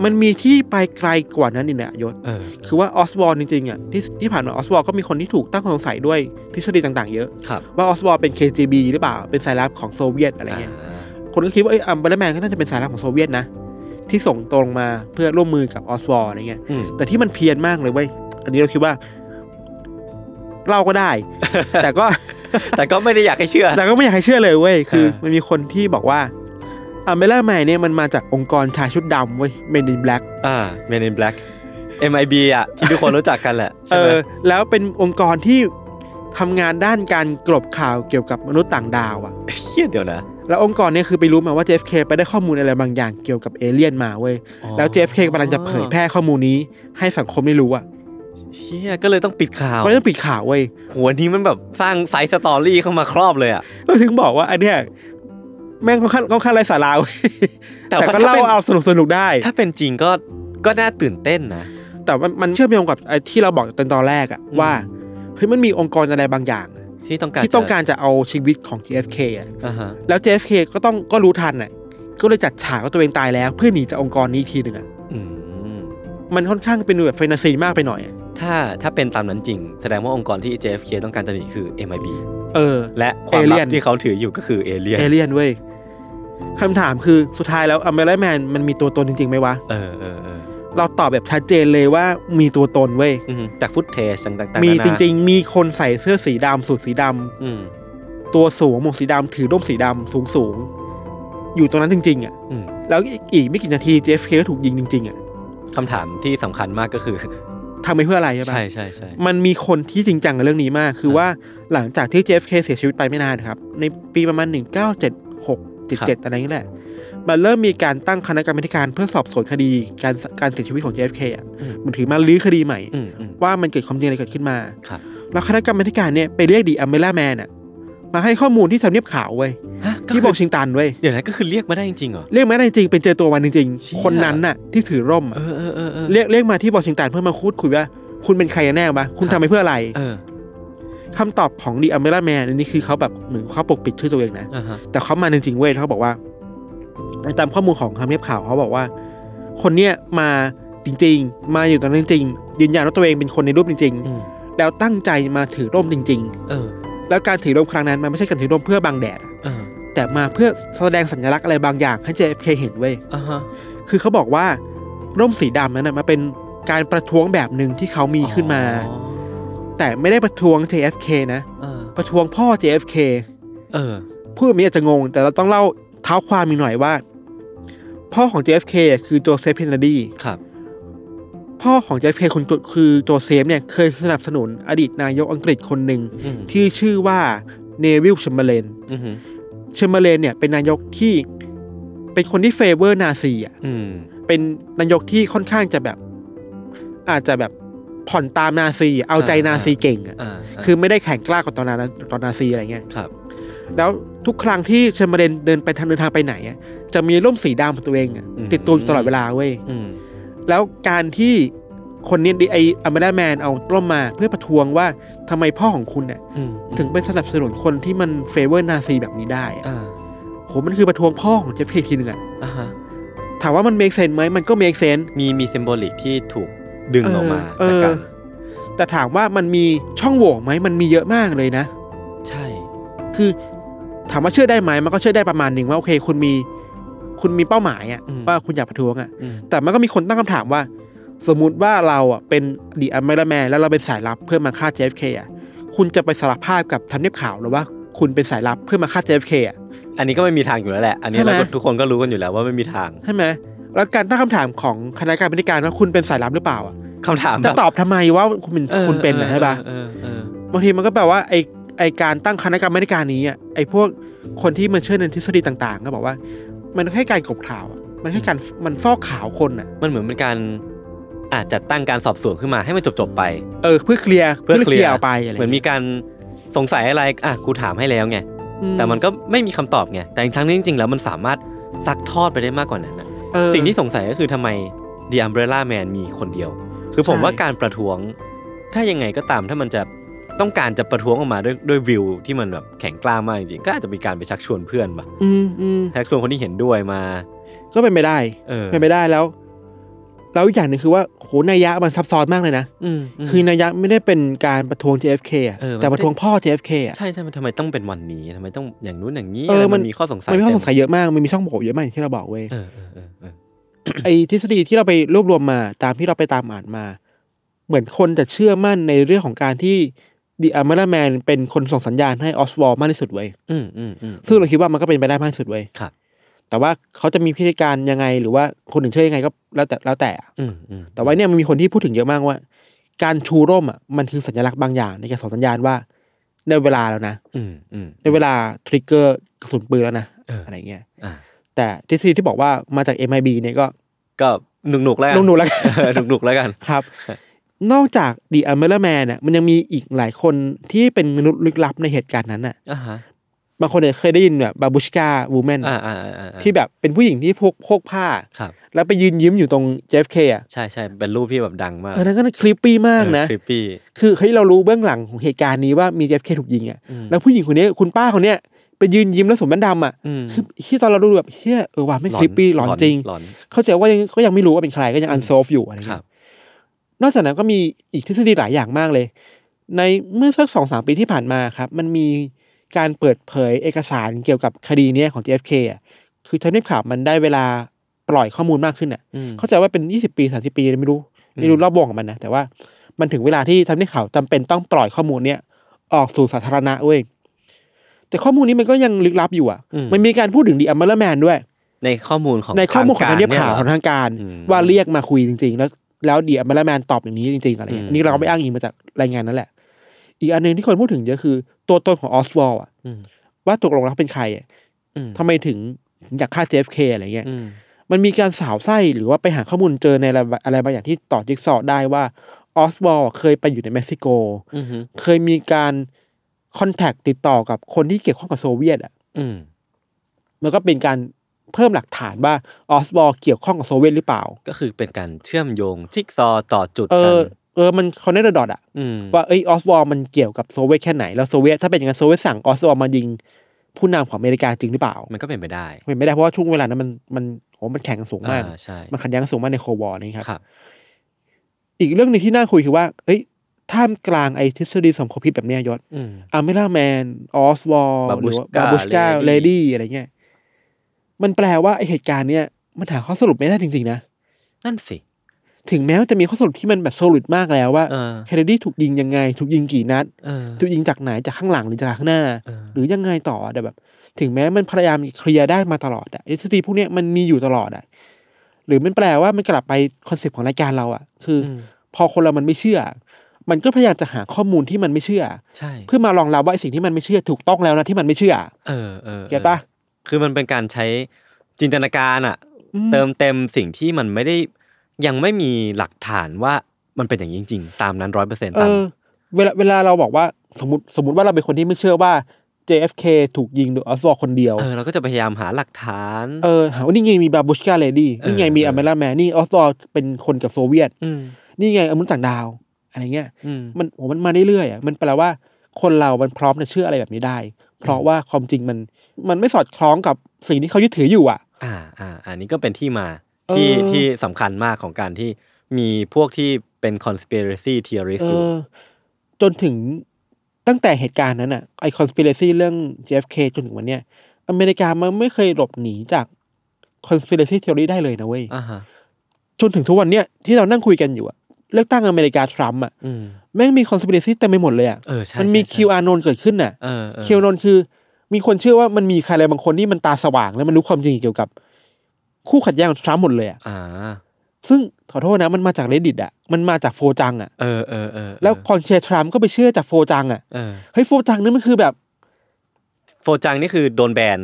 C: มันมีที่ไปไกลกว่านั้นอีกนะยศ
B: เออ
C: คือว่าออสบอร์จริงๆอ่ะที่ที่ผ่านมาออสบอร์ก็มีคนที่ถูกตั้งข้อสงสัยด้วยทฤษฎีต่างๆเยอะ
B: ครับ
C: ว่าออสบอร์เป็น KGB หรือเปล่า เป็นสายลับของโซเวียตอะไรเงี้ย
B: า
C: คนก็คิดว่าไอ้ยอัมเบอร์แมนก็น่าจะเป็นสายลับของโซเวียตนะ ที่ส่งตรงมาเพื่อร่วมมือกับออสบอร์อะไรเงี้ย
B: อืม
C: แต่ที่มันเพี้ยนมากเลยเว้ย อันนี้เราคิดว่าเราก็ *laughs* ได้ แต่ก็
B: แต่ก็ไม่ได้อยากให้เชื่อ
C: แต่ก็ไม่อยากให้เชื่อเลยเว้ย คือ
B: เออ
C: มันมีคนที่บอกว่าอัมเบล่าแมนเนี่ยมันมาจากองค์กรชายชุดดำเว้ยเมดินแบล็ก
B: อ่า Men in Black MIB อ่ะ ที่ทุกคนรู้จักกันแหละ
C: *laughs* เอ
B: ใช่ไหม
C: อ แล้วเป็นองค์กรที่ทำงานด้านการกลบข่าวเกี่ยวกับมนุษย์ต่างดาวอะ
B: เฮี้ยเดี๋ยวนะ
C: แล้วองค์กรเนี่ยคือไปรู้มาว่า JFK ไปได้ข้อมูลอะไรบางอย่างเกี่ยวกับเอเลี่ยนมาเว้ย แล้ว JFK กำลังจะเผยแพร่ข้อมูลนี้ ให้สังคมได้รู้อะ
B: เฮี้ยก็เลยต้องปิดข่าว
C: ก็เลยต้องปิดข่าวเว้ย
B: หัวนี้มันแบบสร้างไซส์สตอรี่เข้ามาครอบเลยอ่ะ
C: เราถึงบอกว่าอันเนี้ยแม่งค่อนข้างค่อนข้างไรสาระเว้ย
B: แต่
C: แต่
B: ว่า
C: ก็
B: ถ้า
C: เล่า
B: เป็น
C: เอาสนุกสนุกได้
B: ถ้าเป็นจริงก็ก็น่าตื่นเต้นนะ
C: แต่มันมันเชื่อมโยงกับไอ้ที่เราบอกตอนตอนแรกอะ
B: อืม
C: ว่าเฮ้ยมันมีองค์กรอะไรบางอย่างอะ
B: ที่ต้องการ
C: ที่ต้องการจะเอาชีวิตของ JFK อะ
B: อ่าฮะ
C: แล้ว JFK ก็ต้องก็รู้ทันอะก็เลยจัดฉากว่าตัวเองตายแล้ว เพื่อหนีจากองค์กรนี้อีกทีหนึ่งอะ
B: อืม
C: มันค่อนข้างเป็นแบบแฟนตาซีมากไปหน่อยอะ
B: ถ้าถ้าเป็นตามนั้นจริง แสดงว่าองค์กรที่ JFK ต้องการจะหนีคือ MIB
C: เออ
B: และความลับ
C: Alien
B: ที่เขาถืออยู่ก็คือเอเลียน
C: เอเลียนเว้ยคำถามคือสุดท้ายแล้วอเมริแมนมันมีตัวตนจริงๆไหมวะ
B: เออเออเออ
C: เราตอบแบบชัดเจนเลยว่ามีตัวตนเว้ย
B: อืมจากฟุตเทจต่างๆ
C: มี
B: นานา
C: จริงๆ มีคนใส่เสื้อสีดำสูทสีดำ
B: อืม
C: ตัวสูงหมวกสีดำถือร่มสีดำสูงสูงๆอยู่ตรงนั้นจริง ๆอ่ะ
B: อืม
C: แล้วอีกอีกไม่กี่นาที JFK ก็ถูกยิงจริง ๆอ่ะ
B: คำถามที่สำคัญมากก็คือ
C: ทำไปเพื่ออะไรใช่ปะ
B: ใช่ใช่ใช่
C: มันมีคนที่จริงจังกับเรื่องนี้มาก คือว่าหลังจากที่ JFK เสียชีวิตไปไม่นานครับ ในปีประมาณ 1976 77 อะไรนี่แหละ มันเริ่มมีการตั้งคณะกรรมาธิการเพื่อสอบสวนคดีการการเสียชีวิตของ JFK อ่ะมันถือมาลื้อคดีใหม่
B: อืมอืม
C: ว่ามันเกิดความจริงอะไรเกิดขึ้นมา
B: ครับ
C: แล้วคณะกรรมาธิการเนี่ยไปเรียกดีอเมล่าแมนอะมาให้ข้อมูลที่ทำเนียบขาวเว้ย
B: *laughs* ฮะก็
C: ที่
B: คื
C: ว
B: อ
C: อชิงตันเว้ย
B: เดี๋ยวนะก็คือเรียกมาได้จริงๆเหรอ
C: เรียกมาได้จริงเป็นเจอตัววันจริง
B: เชี่ย
C: ๆ คนนั้นน่ะที่ถือร่มอะ
B: เออเออเออเออ
C: เรียกเรียกมาที่วอชิงตันเพื่อมาพูดคุยว่า คุณเป็นใครกันแน่วะคุณ
B: ครั
C: ทำ
B: บ
C: ไปเพื่ออะไร
B: เออ
C: คำตอบของดีอเมล่าแมนนี่คือเขาแบบเหมือนเขาปกปิดชื่อตัวเองนะ
B: อ่าฮะ
C: แต่เขามาจริงๆเว้ยแล้วเขาบอกว่าตามข้อมูลของทำเนียบขาวเขาบอกว่า คนเนี้ยมาจริง ๆ มาอยู่ตรงนั้นจริงๆยืนยันว่าตัวเองเป็นคนในรูปจริง
B: อืม
C: ๆ แล้วตั้งใจมาถือร่มจริง ๆ
B: เออ
C: แล้วการถือร่มครั้งนั้นมันไม่ใช่การถือร่มเพื่อบังแดดอะ
B: เออ
C: แต่มาเพื่อแสดงสัญลักษณ์อะไรบางอย่างให้ JFK เห็นเว้ย
B: อ่าฮะ
C: คือเขาบอกว่าร่มสีดำนั้นนะมันเป็นการประท้วงแบบหนึ่งที่เขามีขึ้นมา
B: อ๋อ
C: แต่ไม่ได้ประท้วง JFK นะ
B: เออ
C: ประท้วงพ่อ JFK
B: เออ
C: พูดแบบนี้อาจจะงง แต่เราต้องเล่าเท้าความอีกหน่อยว่า พ่อของ JFK คือโจเซฟเคนเนดี
B: ครับ
C: พ่อของ JFK คนตัวคือโจเซฟเนี่ยเคยสนับสนุนอดีตนายกอังกฤษคนหนึ่ง
B: อืม
C: ที่ชื่อว่าเนวิลแชมเบอร์เลน
B: อืมฮึ
C: เชมเบอร์เลนเนี่ยเป็นนายกที่เป็นคนที่เฟเวอร์นาซีอ่ะ
B: อืม
C: เป็นนายกที่ค่อนข้างจะแบบ อาจจะแบบผ่อนตามนาซีอะเอาใจนาซีเก่งอ่ะ
B: อ่าา
C: คือไม่ได้แข่งกล้ากับตอนนาตอนนาซีอะไรเงี้ย
B: ครับ
C: แล้วทุกครั้งที่เชมเบอร์เลนเดินไปทางเดินทางไปไหนอะจะมีร่มสีดำของตัวเองอะติดตัวอยู่ตลอดเวลาเว้ย
B: อืม
C: แล้วการที่คนเนี้ไออเมร่าแมนเอาร่มมาเพื่อประท้วงว่าทำไมพ่อของคุณเนี่ย
B: อืม
C: ถึงไปสนับสนุนคนที่มันเฟเวอร์นาซีแบบนี้ได้อะ
B: อ่า
C: ผมมันคือประท้วงพ่อของเจฟเคทีหนึ่งอะ
B: อ่าฮะ
C: ถามว่ามันเมกเซนไหมมันก็เมกเซน
B: มีมีซิมโบลิกที่ถูกดึง
C: เออ
B: ออกมา
C: เอ
B: จาก
C: อ
B: การ
C: แต่ถามว่ามันมีช่องโหว่ไหมมันมีเยอะมากเลยนะ
B: ใช่
C: คือถามว่าเชื่อได้ไหมมันก็เชื่อได้ประมาณหนึ่งว่าโอเค คุณมีคุณมีเป้าหมายอะ
B: อืม
C: ว่าคุณอยากประท้วงอะ
B: อืม
C: แต่มันก็มีคนตั้งคำถามว่า สมมุติว่าเราอะเป็นดีอเมริแมนแล้วเราเป็นสายลับเพื่อมาฆ่าเจฟเคอะคุณจะไปสารภาพกับทำเนียบข่าวหรือว่าคุณเป็นสายลับเพื่อมาฆ่าเจฟเคอะ
B: อันนี้ก็ไม่มีทางอยู่แล้วแหละ อันนี้เรา
C: ใช่ไหม
B: ก็ทุกคนก็รู้กันอยู่แล้วว่าไม่มีทาง
C: ใช่ไหม แล้วการตั้งคำถามของคณะกรรมการว่าคุณเป็นสายลับหรือเปล่าอ่ะ
B: คำถาม
C: จะ
B: แบบ
C: ตอบทำไมว่าคุณเป็น
B: ออ
C: คุณเป็น
B: อ
C: นะ
B: อ
C: ใช่ปะ
B: เออเออเออบ
C: างทีมันก็แปลว่าไอไอการตั้งคณะกรรมการนี้อ่ะไอพวกคนที่มันเชื่อในทฤษฎีต่างๆ ก็บอกว่า มันแค่การกลบข่าวอะมันแค่การมันฟอกข่าวคนอ่ะ
B: มันเหมือนเป็นการอาจจัดตั้งการสอบสวนขึ้นมาให้มันจบจบๆไป
C: เออเพื่อเคลียร์
B: เพื่อเคลียร์
C: ออกไปอะไร
B: เหมือนมีการสงสัยอะไรอ่ะกูถามให้แล้วไง
C: อื
B: แต่มันก็ไม่มีคำตอบไง แต่ทั้งนี้จริงๆ แล้วมันสามารถซักทอดไปได้มากกว่านั้นนะ
C: เออ
B: สิ่งที่สงสัยก็คือทำไม The Umbrella Man มีคนเดียว คือผม
C: ใช่
B: ว่าการประท้วง ถ้ายังไงก็ตามถ้ามันจะต้องการจะประท้วงออกมาด้วยด้วยวิวที่มันแบบแข็งกล้ามากจริงๆ ก็อาจจะมีการไปชักชวนเพื่อนปะ
C: อืมอืม
B: ชักชวนคนที่เห็นด้วยมา
C: ก็เป็นไปได้
B: เออ
C: เป็นไปได้แล้ว แล้วอีกอย่างหนึ่งคือว่าโหนัยยะมันซับซ้อนมากเลยนะ
B: อืมม
C: คือนัยยะไม่ได้เป็นการประท้วง JFK อะ
B: เออมัน
C: แต่ประท้วงพ่อ JFK อ่ะ
B: ใช่ใช่มันทำไมต้องเป็นวันนี้ทำไมต้องอย่างนู้นอย่างนี้
C: เออ
B: อะไร
C: มั
B: มัน นมีข้อสงสัย
C: มันมีข้อสงสัย
B: เต็
C: เยอะมาก มันมีช่องโหว่เยอะมากอย่างที่เราบอกเว้ย
B: เออเออเออเออ
C: ไอ้ทฤษฎีที่เราไปรวบรวมมาตามที่เราไปตามอ่านมา เหมือนคนจะเชื่อมั่นในเรื่องของการที่ดิอาร์มาแมนเป็นคนส่งสัญญาณให้ออสวอลมากที่สุดเว้ย
B: อืมอืมอืม
C: ซึ่งเราคิดว่ามันก็เป็นไปได้มากที่สุดเว้ย
B: ครับ
C: แต่ว่าเขาจะมีพิธีการยังไงหรือว่าคนอื่นเชื่อยังไงก็แล้วแต่แล้วแต่อะ
B: อืมอืม
C: แต่ว่าเนี่ยมันมีคนที่พูดถึงเยอะมากว่า การชูร่มอ่ะมันคือสัญลักษณ์บางอย่างในการส่งสัญญาณว่าในเวลาแล้วนะ
B: อืมอืม
C: ในเวลาทริกเกอร์กระสุนปืนแล้วนะ
B: เอออ
C: ไรเงี้ย
B: อ่ะ
C: แต่ทฤษฎีที่บอกว่ามาจาก MIB เนี่ยก็
B: ก็หนุกหนุกๆแล้วกัน
C: ลงหนูแล้วกัน
B: เออหนุกๆแล้วกัน
C: ครับ นอกจากดีอ m มเบอร์แมนน่ะมันยังมีอีกหลายคนที่เป็นมนุษย์ลึกลับในเหตุการณ์นั้นน่ะ
B: อ่าฮะ
C: บางคนเนี่ยเคยได้ยินแบบบาบูชกาวูแมน
B: อ่าอ่าอ่าอ่า
C: ที่แบบเป็นผู้หญิงที่พกพกผ้า
B: ครับ
C: แล้วไปยืนยิ้มอยู่ตรง JFK อ่ะ
B: ใช่ใช่เป็นรูปที่แบบดังมาก
C: เออนั้นก็คลิปปี้มากนะ
B: คลิปปี้
C: คือเฮ้ยเรารู้เบื้องหลังของเหตุการณ์นี้ว่ามี JFK ถูกยิงอ่ะแล้วผู้หญิงคนนี้คุณป้าคนเนี้ยไปยืนยิ้มแล้วสวมแว่นดำอ่ะคือที่ตอนเราดูแบบเฮียเออว่าไม่งคลิปปี้หลอนจริง
B: หลอน
C: เข้าใจว่ายังก็ยังไม่รู้ว่าเป็นใครก็ยังอันโซฟอยู่อะไร
B: ครับ
C: เงี้ยนอกจากนั้นก็มีอีกทฤษฎีหลายอย่างมากเลย ในเมื่อสักสองสามปีที่ผ่านมาครับ มันมีการเปิดเผยเอกสารเกี่ยวกับคดีเนี้ยของ JFK อ่ะคือทำเนียบข่าวมันได้เวลาปล่อยข้อมูลมากขึ้นอ่ะ
B: อืม
C: เข้าใจว่าเป็นยี่สิบปีสาสิปีไม่รู้
B: อืม
C: ไม่รู้รอบวงของมันนะ แต่ว่ามันถึงเวลาที่ทำให้ข่าวจำเป็นต้องปล่อยข้อมูลเนี้ยออกสู่สาธารณะเว้ยแต่ข้อมูลนี้มันก็ยังลึกลับอยู่อ่ะ มันมีการพูดถึงดีอัมเบอร์แมนด้วย
B: ในข้อมูลของ
C: ในข้อมูลของ
B: ท
C: ทา
B: ก
C: ง งเนียบข่าว
B: หร
C: ของทางการ
B: อืม
C: ว่าเรียกมาคุยจริง ๆ แล้วแล้วดีอัมเบอร์แมนตอบอย่างนี้จริง ๆ อะไรเงี้
B: อืม
C: ยอันนี้เราก็ไปอ้างอิงมาจากรายงานนั่นแหละ อีกอันหนึ่งที่คนพูดถึงเยอะคือตัวตนของออสวอลอ่ะ
B: อืม
C: ว่าตกลงแล้วเป็นใครอะ
B: อืม
C: ทำไมถึงอยากฆ่า JFK อะไรเงี้ย
B: อืม
C: มันมีการสาวไส้หรือว่าไปหาข้อมูลเจอในอะไรอะไรบางอย่างที่ต่อจิ๊กซอว์ได้ว่าออสวอลเคยไปอยู่ในเม็กซิโก
B: อืม
C: เคยมีการคอนแทคติดต่อกับคนที่เกี่ยวข้องกับโซเวียตอ่ะ
B: อืม
C: มันก็เป็นการเพิ่มหลักฐานว่าออสวอลเกี่ยวข้องกับโซเวียตหรือเปล่า
B: ก็คือเป็นการเชื่อมโยงจิ๊กซอว์ต่อจุด
C: เอ
B: กั
C: อน เออมันคอนเนคเดอะดอทอ่ะ
B: อืม
C: ว่าเอ้ยออสวอลมันเกี่ยวกับโซเวียตแค่ไหนแล้วโซเวียตถ้าเป็นอย่างนั้นโซเวียตสั่งออสวอลมายิงผู้นำของอเมริกาจริงหรือเปล่า
B: มันก็เป็นไปได้
C: เป็นไม่ได้เพราะว่าช่วงเวลานั้นมันมันโหมันแข่งกันสูงมาก
B: อ่ใช่
C: มันขัดแย้งกันสูงมากในโควอร์นี่ครับ
B: ครับ
C: อีกเรื่องหนึงที่น่าคุยคือว่า เอ้ย ท่ามกลางไอ้ทฤษฎีสมคบคิดแบบเนี้ยยศ
B: อืม
C: อาร์เมล่าแมน ออสวอล
B: Babushka
C: บาบูชกา
B: Lady
C: เลดี้อะไรเงี้ย มันแปลว่าไอ้เหตุการณ์เนี้ยมันหาข้อสรุปไม่ได้จริง ๆ นะ
B: นั่นสิ
C: ถึงแม้ว่าจะมีข้อสรุปที่มันแบบโซลิดมากแล้วว่า
B: เออ
C: เคนเนดีถูกยิงยังไง ถูกยิงกี่นัด
B: เออ
C: ถูกยิงจากไหน จากข้างหลังหรือจากข้างหน้า
B: เออ
C: หรือยังไงต่อแต่แบบ ถึงแม้มันพยายามเคลียร์ได้มาตลอดอะทฤษฎีพวกเนี้ยมันมีอยู่ตลอดอะหรือมันแปลว่ามันกลับไปคอนเซปต์ของรายการเราอะคืออ
B: อืม
C: พอคนเรามันไม่เชื่อ มันก็พยายามจะหาข้อมูลที่มันไม่เชื่อ
B: ใช่
C: เพื่อมารองรับว่าไอ้สิ่งที่มันไม่เชื่อถูกต้องแล้วนะที่มันไม่เชื่อ
B: เออเออออ
C: เก็ตปะ
B: คือมันเป็นการใช้จินตนาการอ่ะ
C: อืม
B: เติมเต็มสิ่งที่มันไม่ได้ยังไม่มีหลักฐานว่ามันเป็นอย่างนี้จริงๆ ตามนั้นร้อยเปอร์เซ็นต์
C: เอ
B: ตาม
C: อ เวลาเวลาเราบอกว่าสมมติสมมติว่าเราเป็นคนที่ไม่เชื่อว่า JFK ถูกยิงโดยออสวอลคนเดียว
B: เออเราก็จะพยายามหาหลักฐาน
C: เออหาว่านี่ไงมีบาบูชกาเลดี้นี่ไงมี
B: เออ
C: อเมร่าแมนนี่ออสวอลเป็นคนกับโซเวียต
B: อืม
C: นี่ไงอมนุษย์ต่างดาวอะไรเงี้ย
B: อืม
C: มันโอ้มันมาเรื่อยๆอ่ะมันแปลว่าคนเรา มันพร้อมจะเชื่ออะไรแบบนี้ได้ เพราะว่าความจริงมันมันไม่สอดคล้องกับสิ่งที่เขายึดถืออยู่อ่ะ
B: อ่าอ่าอันนี้ก็เป็นที่มาที่
C: เออ
B: ที่สำคัญมากของการที่มีพวกที่เป็น conspiracy theorist
C: เอ
B: อยู่
C: อจนถึงตั้งแต่เหตุการณ์นั้นอ่ะไอคอน spiracy เรื่อง JFK จนถึงวันเนี้ยอเมริกามันไม่เคยหลบหนีจากคอน spiracy theory ได้เลยนะเว้ย
B: อ่าฮะ
C: จนถึงทุกวันเนี้ยที่เรานั่งคุยกันอยู่อะเลือกตั้งอเมริกาทรัมป์อ่ะ
B: อืม
C: แม่งมีคอน spiracy เต็มไปหมดเลยอ่ะ
B: เออใช่
C: มันมี
B: ใช่ใช่
C: คิวอานนเกิดขึ้นน่ะ
B: เออเออ
C: คิวอานนคือ มีคนเชื่อว่ามันมีใครอะไรบางคนที่มันตาสว่างแล้วมันรู้ความจริงเกี่ยวกับ คู่ขัดแย้งของทรัมป์หมดเลยอะ
B: อ่า
C: ซึ่งขอโทษนะมันมาจาก reddit อะมันมาจากโฟจังอะ
B: เออเออเออ
C: แล้วคอนเชียร์ทรัมป์ก็ไปเชื่อจากโฟจังอะ
B: เออ
C: เฮ้ยโฟจังนี่มันคือแบบ
B: โฟจังนี่คือโดนแบน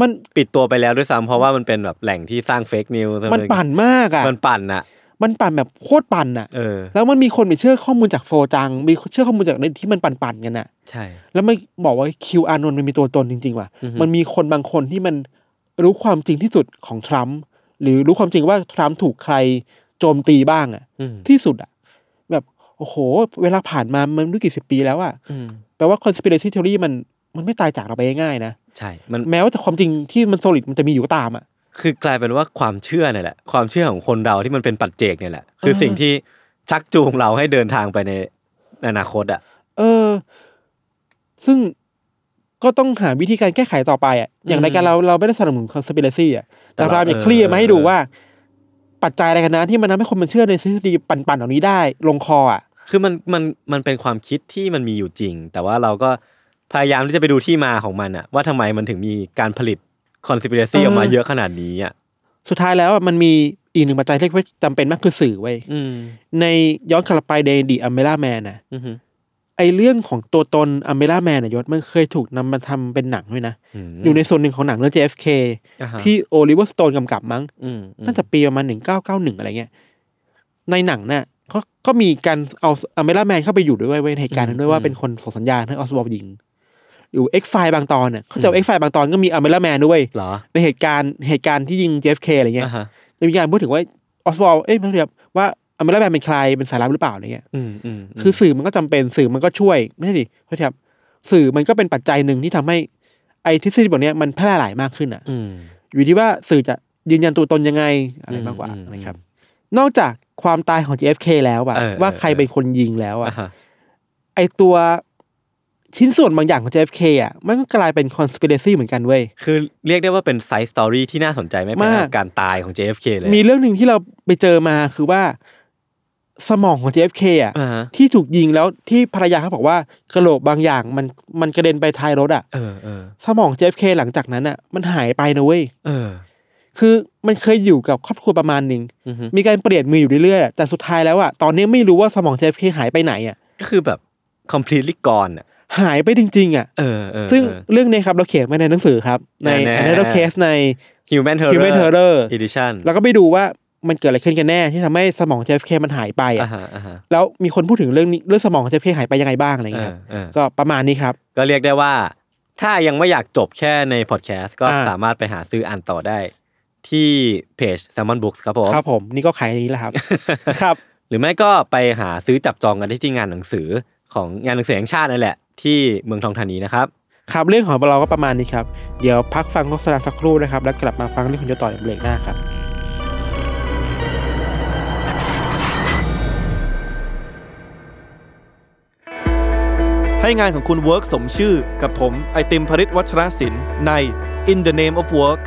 C: มัน
B: ปิดตัวไปแล้วด้วยซ้ำเพราะว่ามันเป็นแบบแหล่งที่สร้างเฟกนิวส์
C: มันปั่นมากอะ
B: มันปั่นอ่ะ
C: มันปั่นแบบโคตรปั่นอะ
B: เออ
C: แล้วมันมีคนไปเชื่อข้อมูลจากโฟจังมีเชื่อข้อมูลจาก reddit ที่มันปั่นๆกันอะ
B: ใช่
C: แล้วไม่บอกว่าคิวอานนท์มันมีตัวตนจริงๆว่ะ
B: อือฮึ
C: มันมีคนบางคนที่มันรู้ความจริงที่สุดของทรัมป์หรือรู้ความจริงว่าทรัมป์ถูกใครโจมตีบ้างอะ
B: อืม
C: ที่สุดอะแบบโอ้โห เวลาผ่านมามันไม่รู้กี่สิบปีแล้วอะ
B: อืม
C: แปลว่า conspiracy theory มันมันไม่ตายจากเราไปง่ายๆนะ
B: ใช่มัน
C: แม้ว่าแต่ความจริงที่มัน solid มันจะมีอยู่ก็ตามอะ
B: คือกลายเป็นว่าความเชื่อเนี่ยแหละ ความเชื่อของคนเราที่มันเป็นปัจเจกเนี่ยแหละ คือ
C: เออ
B: สิ่งที่ชักจูงเราให้เดินทางไปในอนาคตอ่ะ
C: เออ ซึ่งก็ต้องหาวิธีการแก้ไขต่อไปอะอย่างรายการเราเราไม่ได้สนับสนุน conspiracy อะแต่
B: แต่
C: เรา
B: เรา
C: เนี่ย
B: เออ
C: เคลียร์มาให้ดู
B: เออ
C: ว่า ปัจจัยอะไรกันนะที่มันทำให้คนมันเชื่อในทฤษฎีปั่นๆเหล่านี้ได้ ลงคออะ
B: คือมันมันมันเป็นความคิดที่มันมีอยู่จริง แต่ว่าเราก็พยายามที่จะไปดูที่มาของมันอ่ะ ว่าทำไมมันถึงมีการผลิตคอนซิ p i r a c y ออกมาเยอะขนาดนี้อ่ะ
C: สุดท้ายแล้วอะมันมีอีกหนึ่งปัจจัยที่จำเป็นมากคือสื่อเว้ย
B: อืม
C: ในย้อนกลับไปในดีอเมล่าแมนนะ
B: อือหือ
C: ไอเรื่องของตัวตนอเมล่าแมนน่ะยศมันเคยถูกนำมาทำเป็นหนังด้วยนะ อยู่ในส่วนหนึ่งของหนังเรื่อง JFK
B: อ่าฮะ
C: ที่โอลิเวอร์สโตนกำกับมั้ง
B: อืมอืม
C: น่าจะปีประมาณหนึ่งเก้าเก้าหนึ่งอะไรเงี้ยในหนังน่ะก็ก็มีการเอาอเมล่าแมนเข้าไปอยู่ด้วยเว้ยในเหตุการณ์นั้นด้วยว่าเป็นคนส่งสัญญาณให้ออสวอลยิงหรือเอ็กไฟบางตอนน่ะเขาจะเอ็กไฟบางตอนก็มีอเมล่าแมนด้วย
B: เหรอ
C: ในเหตุการณ์เหตุการณ์ที่ยิง JFK อะไรเงี้ย
B: อ่าฮะ
C: จะมีการพูดถึงว่าออสวอลเอ้ยไม่เรียกว่าอเมล่าแมนเป็นใครเป็นสายลับหรือเปล่าอะไรเงี้ย
B: อืมอืมม
C: คือสื่อมันก็จำเป็นสื่อมันก็ช่วย ไม่ใช่ดิเพราะครับสื่อมันก็เป็นปัจจัยหนึ่งที่ทำให้ไอ้ทฤษฎีแบบเนี้ยมันแพร่หลายมากขึ้นอ่ะ
B: อืม
C: อยู่ที่ว่าสื่อจะยืนยันตัวตนยังไงอะไร
B: อืม
C: มากกว่า
B: อืม
C: นะครับ นอกจากความตายของ JFK แล้วอะ
B: เออ
C: ว่า
B: เออ
C: ใคร
B: เออ
C: เป็นคนยิงแล้วอะ
B: อ่าฮะ
C: ไอ้ตัวชิ้นส่วนบางอย่างของ JFK อะมันก็กลายเป็น conspiracy เหมือนกันเว้ย
B: คือเรียกได้ว่าเป็นไซส์สตอรี่ที่น่าสนใจไม่แพ้
C: มาก
B: กับการตายของ JFK เลย
C: มีเรื่องหนึ่งที่เราไปเจอมาคือว่าสมองของ JFK อะ
B: อ่าฮะ
C: ที่ถูกยิงแล้วที่ภรรยาเขาบอกว่ากระโหลกบางอย่างมันมันกระเด็นไปท้ายรถอะ
B: เออเออ
C: สมอง JFK หลังจากนั้นอ่ะมันหายไปนะเว้ย
B: เออ
C: คือมันเคยอยู่กับครอบครัวประมาณหนึ่ง
B: อือฮึ
C: มีการเปลี่ยนมืออยู่เรื่อยๆอะแต่สุดท้ายแล้วอ่ะ ตอนนี้ไม่รู้ว่าสมอง JFK หายไปไหนอ่ะ
B: ก็คือแบบ completely gone อ่ะ
C: หายไปจริงๆอ่ะ
B: เออเออ
C: ซึ่ง
B: เออ
C: เรื่องนี้ครับเราเขียนไว้ในหนังสือครับ ใน
B: แน่ๆ
C: Another Case ใน
B: human terror
C: Human Terror
B: edition
C: แล้วก็ไปดูว่ามันเกิดอะไรขึ้นกันแน่ที่ทำให้สมอง JFK มันหายไป
B: อ่า
C: อ่ะ
B: ฮะอ่าฮะ
C: แล้วมีคนพูดถึงเรื่องนี้เรื่องสมอง JFK หายไปยังไงบ้างอะไรอย่าง
B: เอ
C: เงี้ย
B: อ
C: ครับ
B: เออ
C: ก็ประมาณนี้ครับ
B: ก็เรียกได้ว่า ถ้ายังไม่อยากจบแค่ใน podcast ก็
C: อ่า
B: สามารถไปหาซื้ออ่านต่อได้ ที่เพจ Salmon Books ครับผม
C: ครับผมนี่ก็ขายอย่างนี้แหละครับ *laughs* ครับ
B: หรือไม่ก็ไปหาซื้อจับจองกันได้ที่งานหนังสือของงานหนังสือแห่งชาตินั่นแหละ ที่เมืองทองธานีนะครับ
C: ครับเรื่องของเราก็ประมาณนี้ครับเดี๋ยวพักฟังโฆษณาสักครู่นะครับแล้วกลับมาฟังเรื่องของยศต่อในเบรกหน้าครับ
D: ให้งานของคุณ Work สมชื่อกับผมไอติมภริศวัชรศิลป์ใน In the Name of Work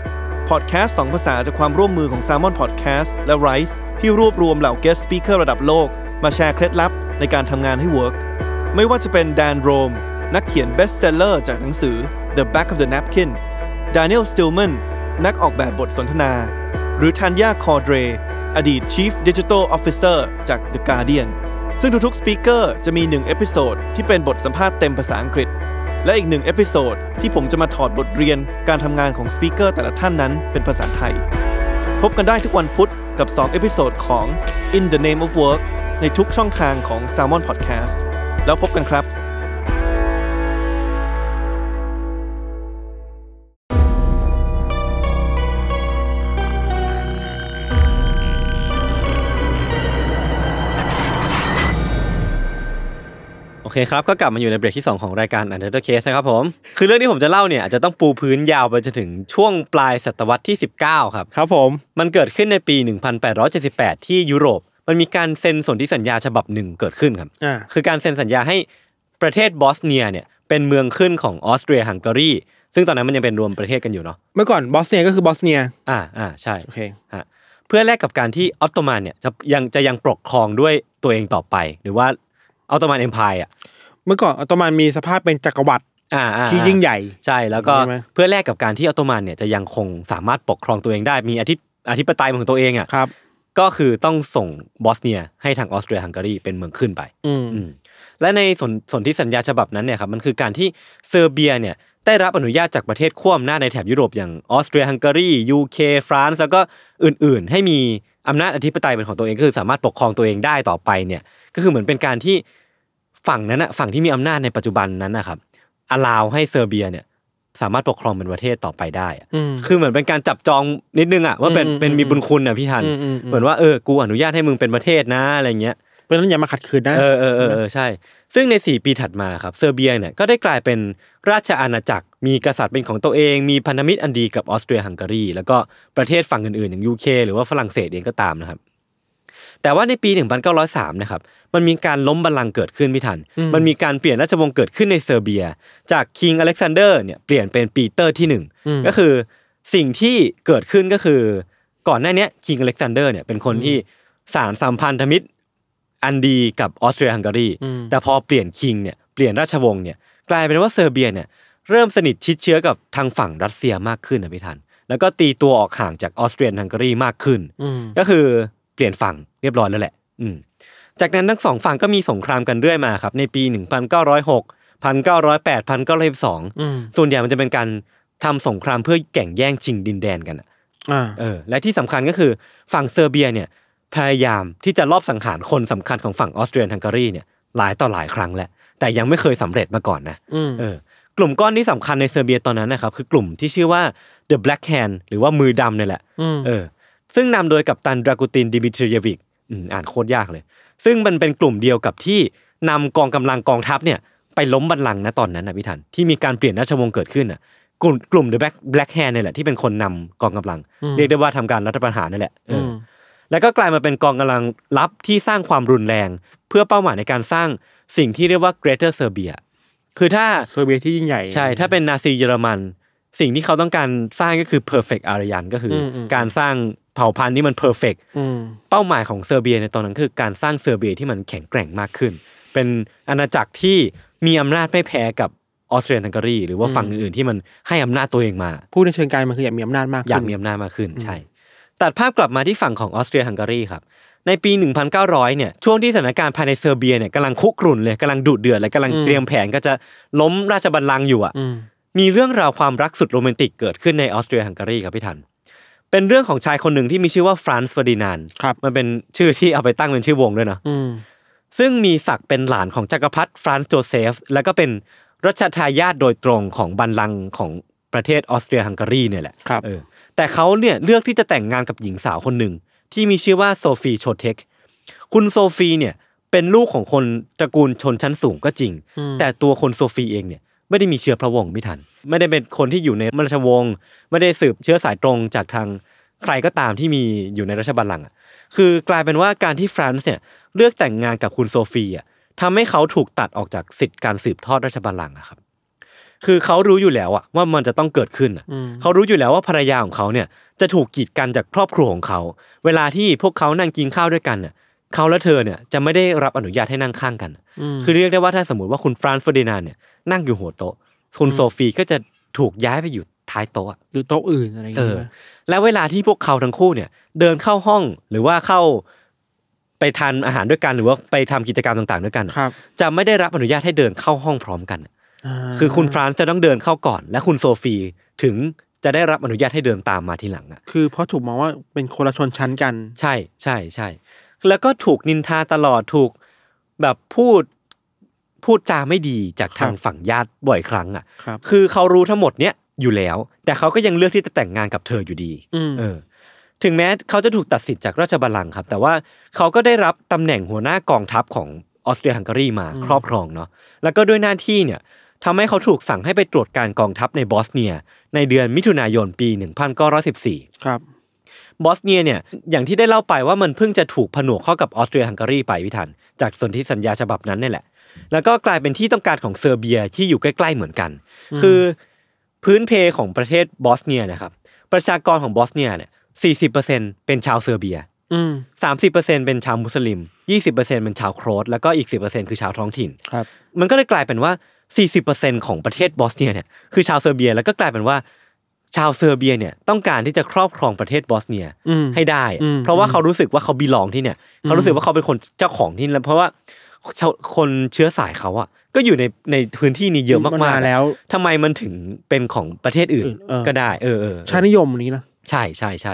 D: Podcast สองภาษาจากความร่วมมือของ s ซ l m o n Podcast และ Rise ที่รวบรวมเหล่า Guest Speaker ระดับโลก มาแชร์เคล็ดลับในการทำงานให้ Work ไม่ว่าจะเป็นแดนโรม นักเขียน Bestseller จากหนังสือ The Back of the Napkin Daniel Stillman นักออกแบบบทสนทนา หรือทันยาคอเดรอดีต Chief Digital Officer จาก The Guardian ซึ่งทุกๆสปีกเกอร์จะมี 1 เอพิโซดที่เป็นบทสัมภาษณ์เต็มภาษาอังกฤษ และอีก 1 เอพิโซดที่ผมจะมาถอดบทเรียนการทำงานของสปีกเกอร์แต่ละท่านนั้นเป็นภาษาไทย พบกันได้ทุกวันพุธกับ 2 เอพิโซดของ In the Name of Work ในทุกช่องทางของ Salmon Podcast แล้วพบกันครับ
B: โอเคครับ ก็กลับมาอยู่ในเบรกที่ 2 ของรายการ Another Case นะครับผม คือเรื่องที่ผมจะเล่าเนี่ยอาจจะต้องปูพื้นยาวไปจนถึงช่วงปลายศตวรรษที่ 19 ครับ
C: ครับผม
B: มันเกิดขึ้นในปี 1878 ที่ยุโรป มันมีการเซ็นสนธิสัญญาฉบับหนึ่งเกิดขึ้นครับ
C: อ่า
B: คือการเซ็นสัญญาให้ประเทศบอสเนียเนี่ยเป็นเมืองขึ้นของออสเตรียฮังการี ซึ่งตอนนั้นมันยังเป็นรวมประเทศกันอยู่เนาะ
C: เมื่อก่อนบอสเนียก็คือบอสเนีย
B: อ่า อ่า ใช่
C: โอเค
B: ฮะเพื่อแลกกับการที่ออตโตมันเนี่ยจะยังจะยังปกครองด้วยตัวเองต่อไป หรือว่าออตโตมันเอ็มพายอ่ะ
C: เมื่อก่อนออตโตมันมีสภาพเป็นจักรวรรดิ
B: อ่าอ่า
C: ที่ยิ่งใหญ่
B: ใช่ แล้วก็
C: ใช่ไหม
B: เพื่อแลกกับการที่ออตโตมันเนี่ยจะยังคงสามารถปกครองตัวเองได้ มีอธิ อธิปไตยของตัวเองอ่ะ
C: ครับ
B: ก็คือต้องส่งบอสเนียให้ทางออสเตรียฮังการีเป็นเมืองขึ้นไป
C: อืม
B: อืมและในสนสนธิสัญญาฉบับนั้นเนี่ยครับมันคือการที่เซอร์เบียเนี่ยได้รับอนุญาตจากประเทศขั้วอำนาจในแถบยุโรปอย่างออสเตรียฮังการียูเคฟรานซ์แล้วก็อื่นๆ ให้มีอำนาจอธิปไตยเป็นของตัวเองก็คือสามารถปกครองตัวเองได้ต่อไปเนี่ยก็คือเหมือนเป็นการที่ฝั่งนั้นนะฝั่งที่มีอำนาจในปัจจุบันนั้นนะครับอลาวให้เซอร์เบียเนี่ยสามารถปกครองเป็นประเทศต่อไปได้อะ
C: อืม
B: คือเหมือนเป็นการจับจองนิดนึงอ่ะว่าเป็น
C: อืม
B: เป็นมีบุญคุณอ่ะพี่ทัน
C: อืมอืมอืม
B: เหมือนว่าเออกูอนุญาตให้มึงเป็นประเทศนะอะไรเงี้ย
C: เพราะฉะนั้นอย่ามาขัดขืนนะ
B: เออเออเออเออใช่ ซึ่งใน 4 ปีถัดมาครับเซอร์เบียเนี่ยก็ได้กลายเป็นราชอาณาจักร มีกษัตริย์เป็นของตัวเอง มีพันธมิตรอันดีกับออสเตรียฮังการี แล้วก็ประเทศฝั่งอื่นๆ อย่างยูเคหรือว่าฝรั่งเศสเองก็ตามนะครับ แต่ว่าในปี 1903 นะครับ มันมีการล้มบัลลังก์เกิดขึ้นไม่ทัน
C: อืม
B: มันมีการเปลี่ยนราชวงศ์เกิดขึ้นในเซอร์เบีย จากคิงอเล็กซานเดอร์เนี่ยเปลี่ยนเป็นปีเตอร์ที่หนึ่ง
C: ม
B: ก็คือสิ่งที่เกิดขึ้นก็คือก่อนหน้าเนี้คิงอเล็กซานเดอร์เนี่ยเป็นคนที่สารสัมพันธมิตรอันดีกับออสเตรียฮังการี
C: อืม
B: แต่พอเปลี่ยนคิงเนี่ยเปลี่ยนราชวงศ์เนี่ยกลายเป็นว่าเซอร์เบียเนี่ยเริ่มสนิทชิดเชื้อกับทางฝั่งรัสเซียมากขึ้นนะพี่ทัน แล้วก็ตีตัวออกห่างจากออสเตรียฮังการีมากขึ้น
C: ม
B: ก็คือเปลี่ยนฝั่งเรียบร้อยแล้วแหละ อืม จากนั้นทั้งสองฝั่งก็มีสงครามกันเรื่อยมาครับในปี 1906 1908 1912
C: อืม
B: ส่วนใหญ่มันจะเป็นการทำสงครามเพื่อแก่งแย่งชิงดินแดนกันอะ
C: อ่า
B: เออ และที่สำคัญก็คือฝั่งเซอร์เบียเนี่ยพยายามที่จะลอบสังหารคนสำคัญของฝั่งออสเตรียฮังการีเนี่ยหลายต่อหลายครั้งแล้วแต่ยังไม่เคยสำเร็จมาก่อนนะ
C: อืม
B: เออกลุ่มก้อนที่สำคัญในเซอร์เบียตอนนั้นนะครับคือกลุ่มที่ชื่อว่า The Black Hand หรือว่ามือดำเนี่ยแหละ
C: อืม
B: เออซึ่งนำโดยกัปตันดรากูตินดิมิทรีเยวิกอืมอ่านโคตรยากเลย ซึ่งมันเป็นกลุ่มเดียวกับที่นำกองกำลังกองทัพเนี่ยไปล้มบัลลังก์นะตอนนั้นนะพี่ทันที่มีการเปลี่ยนราชวงศ์เกิดขึ้นอ่ะกลุ่มกลุ่มเดอะแบล็กแบล็กแฮนนี่ยแหละที่เป็นคนนำกองกำลัง เรียกได้ว่าทำการรัฐประหารนี่แหละเอออ
C: ม
B: แล้วก็กลายมาเป็นกองกำลังลับที่สร้างความรุนแรง เพื่อเป้าหมายในการสร้างสิ่งที่เรียกว่า Greater Serbia คือถ้า
C: เซอร์เบียที่ยิ่งใหญ่
B: ใช่ ถ้าเป็นนาซีเยอรมัน สิ่งที่เขาต้องการสร้างก็คือ perfect Aryan ก็คืออ
C: มอืม
B: การสร้างเผ่าพันธุ์ที่มัน perfect
C: อืม
B: เป้าหมายของเซอร์เบียในตอนนั้นคือการสร้างเซอร์เบียที่มันแข็งแกร่งมากขึ้น เป็นอาณาจักรที่มีอำนาจไม่แพ้กับออสเตรียฮังการีหรือว่าฝั่งอื่นๆที่มันให้อำนาจตัวเองมา
C: พูดในเชิงการมันคืออยากมีอำนาจมาก
B: อยาก
C: ขึ้น
B: มีอำนาจมากขึ้นใช่ ตัดภาพกลับมาที่ฝั่งของออสเตรียฮังการีครับ ในปี 1900 เนี่ย ช่วงที่สถานการณ์ภายในเซอร์เบียเนี่ยกำลังคุกรุ่นเลยกำลังดุเดือดเลยกำลัง
C: อืม
B: เตรียมแผนก็จะล้มราชบัลลังก์อยู่อะ
C: อืม
B: มีเรื่องราวความรักสุดโรแมนติกเกิดขึ้นในออสเตรียฮังการีครับพี่ทัน เป็นเรื่องของชายคนหนึ่งที่มีชื่อว่าฟรานซ์เฟอร์ดินานด์
C: ครับ
B: มันเป็นชื่อที่เอาไปตั้งเป็นชื่อวงด้วยเนาะ
C: อืม
B: ซึ่งมีศักดิ์เป็นหลานของจักรพรรดิฟรานซ์โจเซฟ แล้วก็เป็นรัชทายาทโดยตรงของบัลลังก์ของประเทศออสเตรียฮังการีเนี่ยแหละ
C: ครับ
B: เออแต่เขาเนี่ยเลือกที่จะแต่งงานกับหญิงสาวคนหนึ่ง ที่มีชื่อว่าโซฟีโชเทค คุณโซฟีเนี่ยเป็นลูกของคนตระกูลชนชั้นสูงก็จริง
C: อืม
B: แต่ตัวคนโซฟีเองเนี่ยไม่ได้มีเชื้อพระวงศ์ไม่ทัน ไม่ได้เป็นคนที่อยู่ในราชวงศ์ไม่ได้สืบเชื้อสายตรงจากทางใครก็ตามที่มีอยู่ในราชบัลลังก์อ่ะคือกลายเป็นว่าการที่ฟรานซ์เนี่ยเลือกแต่งงานกับคุณโซฟีอ่ะทำให้เขาถูกตัดออกจากสิทธิ์การสืบทอดราชบัลลังก์อะครับคือเขารู้อยู่แล้วอ่ะว่ามันจะต้องเกิดขึ้นอ่ะ
C: อืม
B: เขารู้อยู่แล้วว่าภรรยาของเขาเนี่ยจะถูกกีดกันจากครอบครัวของเขา เวลาที่พวกเขานั่งกินข้าวด้วยกันเน่ยเขาและเธอเนี่ยจะไม่ได้รับอนุญาตให้นั่งข้างกัน
C: ม
B: คือเรียกได้ว่าถ้าสมมติว่าคุณฟรานซ์เฟอร์ดินานด์เนี่ยนั่งอยู่หัวโต๊ะ คุณโซฟีก็จะถูกย้ายไปอยู่ท้ายโต๊ะอะ
C: หรือโต๊ะอื่นอะไรอย่าง
B: เอ
C: เงี้
B: อ
C: ยนะ
B: และเวลาที่พวกเขาทั้งคู่เนี่ยเดินเข้าห้องหรือว่าเข้าไปทานอาหารด้วยกันหรือว่าไปทำกิจกรรมต่างๆด้วยกันอะ
C: ครับ
B: จะไม่ได้รับอนุญาตให้เดินเข้าห้องพร้อมกันอะ
C: า
B: คือคุณฟรานซ์จะต้องเดินเข้าก่อน และคุณโซฟีถึงจะได้รับอนุญาตให้เดินตามมาทีหลังอ่ะ
C: คือเพราะถูกมองว่าเป็นคนละชนชั้นกัน
B: ใช่ใช่ใช่ แล้วก็ถูกนินทาตลอดถูกแบบพูดพูดจาไม่ดีจากทาง
C: ครับ
B: ฝั่งญาติบ่อยครั้งอ่ะ
C: ครับ
B: คือเขารู้ทั้งหมดเนี้ยอยู่แล้ว แต่เขาก็ยังเลือกที่จะแต่งงานกับเธออยู่ดี
C: อืม
B: เออถึงแม้เขาจะถูกตัดสิทธิ์จากราชบัลลังก์ครับ แต่ว่าเขาก็ได้รับตำแหน่งหัวหน้ากองทัพของออสเตรียฮังการีมาครอบครองเนาะแล้วก็ด้วยหน้าที่เนี่ยทำให้เขาถูกสั่งให้ไปตรวจการกองทัพในบอสเนีย ในเดือนมิถุนายนปี 1914
C: ครับ
B: บอสเนียเนี่ยอย่างที่ได้เล่าไปว่ามันเพิ่งจะถูกผนวกเข้ากับออสเตรียฮังการีไปพิทัน จากสนธิสัญญาฉบับนั้นเนี่ยแหละ แล้วก็กลายเป็นที่ต้องการของเซอร์เบียที่อยู่ใกล้ๆเหมือนกัน คือพื้นเพของประเทศบอสเนียนะครับ ประชากรของบอสเนียเนี่ยสี่สิบเปอร์เซ็นเป็นชาวเซอร์เบีย
C: อืม
B: สามสิบเปอร์เซ็นเป็นชาวมุสลิมยี่สิบเปอร์เซ็นเป็นชาวโครสแล้วก็อีกสิบเปอร์เซ็นคือชาวท้องถิ่น
C: ครับ
B: มันก็เลยกลายเป็นว่า 40%ของประเทศบอสเนียเนี่ยคือชาวเซอร์เบียแล้วก็กลายเป็นว่า ชาวเซอร์เบียเนี่ยต้องการที่จะครอบครองประเทศบอสเนีย
C: อืม
B: ให้ได้
C: อืม
B: เพราะว่าเขารู้สึกว่าเขาบีลองที่เนี่ย เขารู้สึกว่าเขาเป็นคนเจ้าของที่นี่แล้วเพราะว่าชาวคนเชื้อสายเขาอะก็อยู่ในในพื้นที่นี้เยอะ
C: มัน
B: มาก
C: มา
B: ๆ
C: แล้ว
B: ทำไมมันถึงเป็นของประเทศอื่น
C: เออ
B: ก็ได้เออเออ
C: ชาตินิยมนี้นะ
B: ใช่ใช่ใช่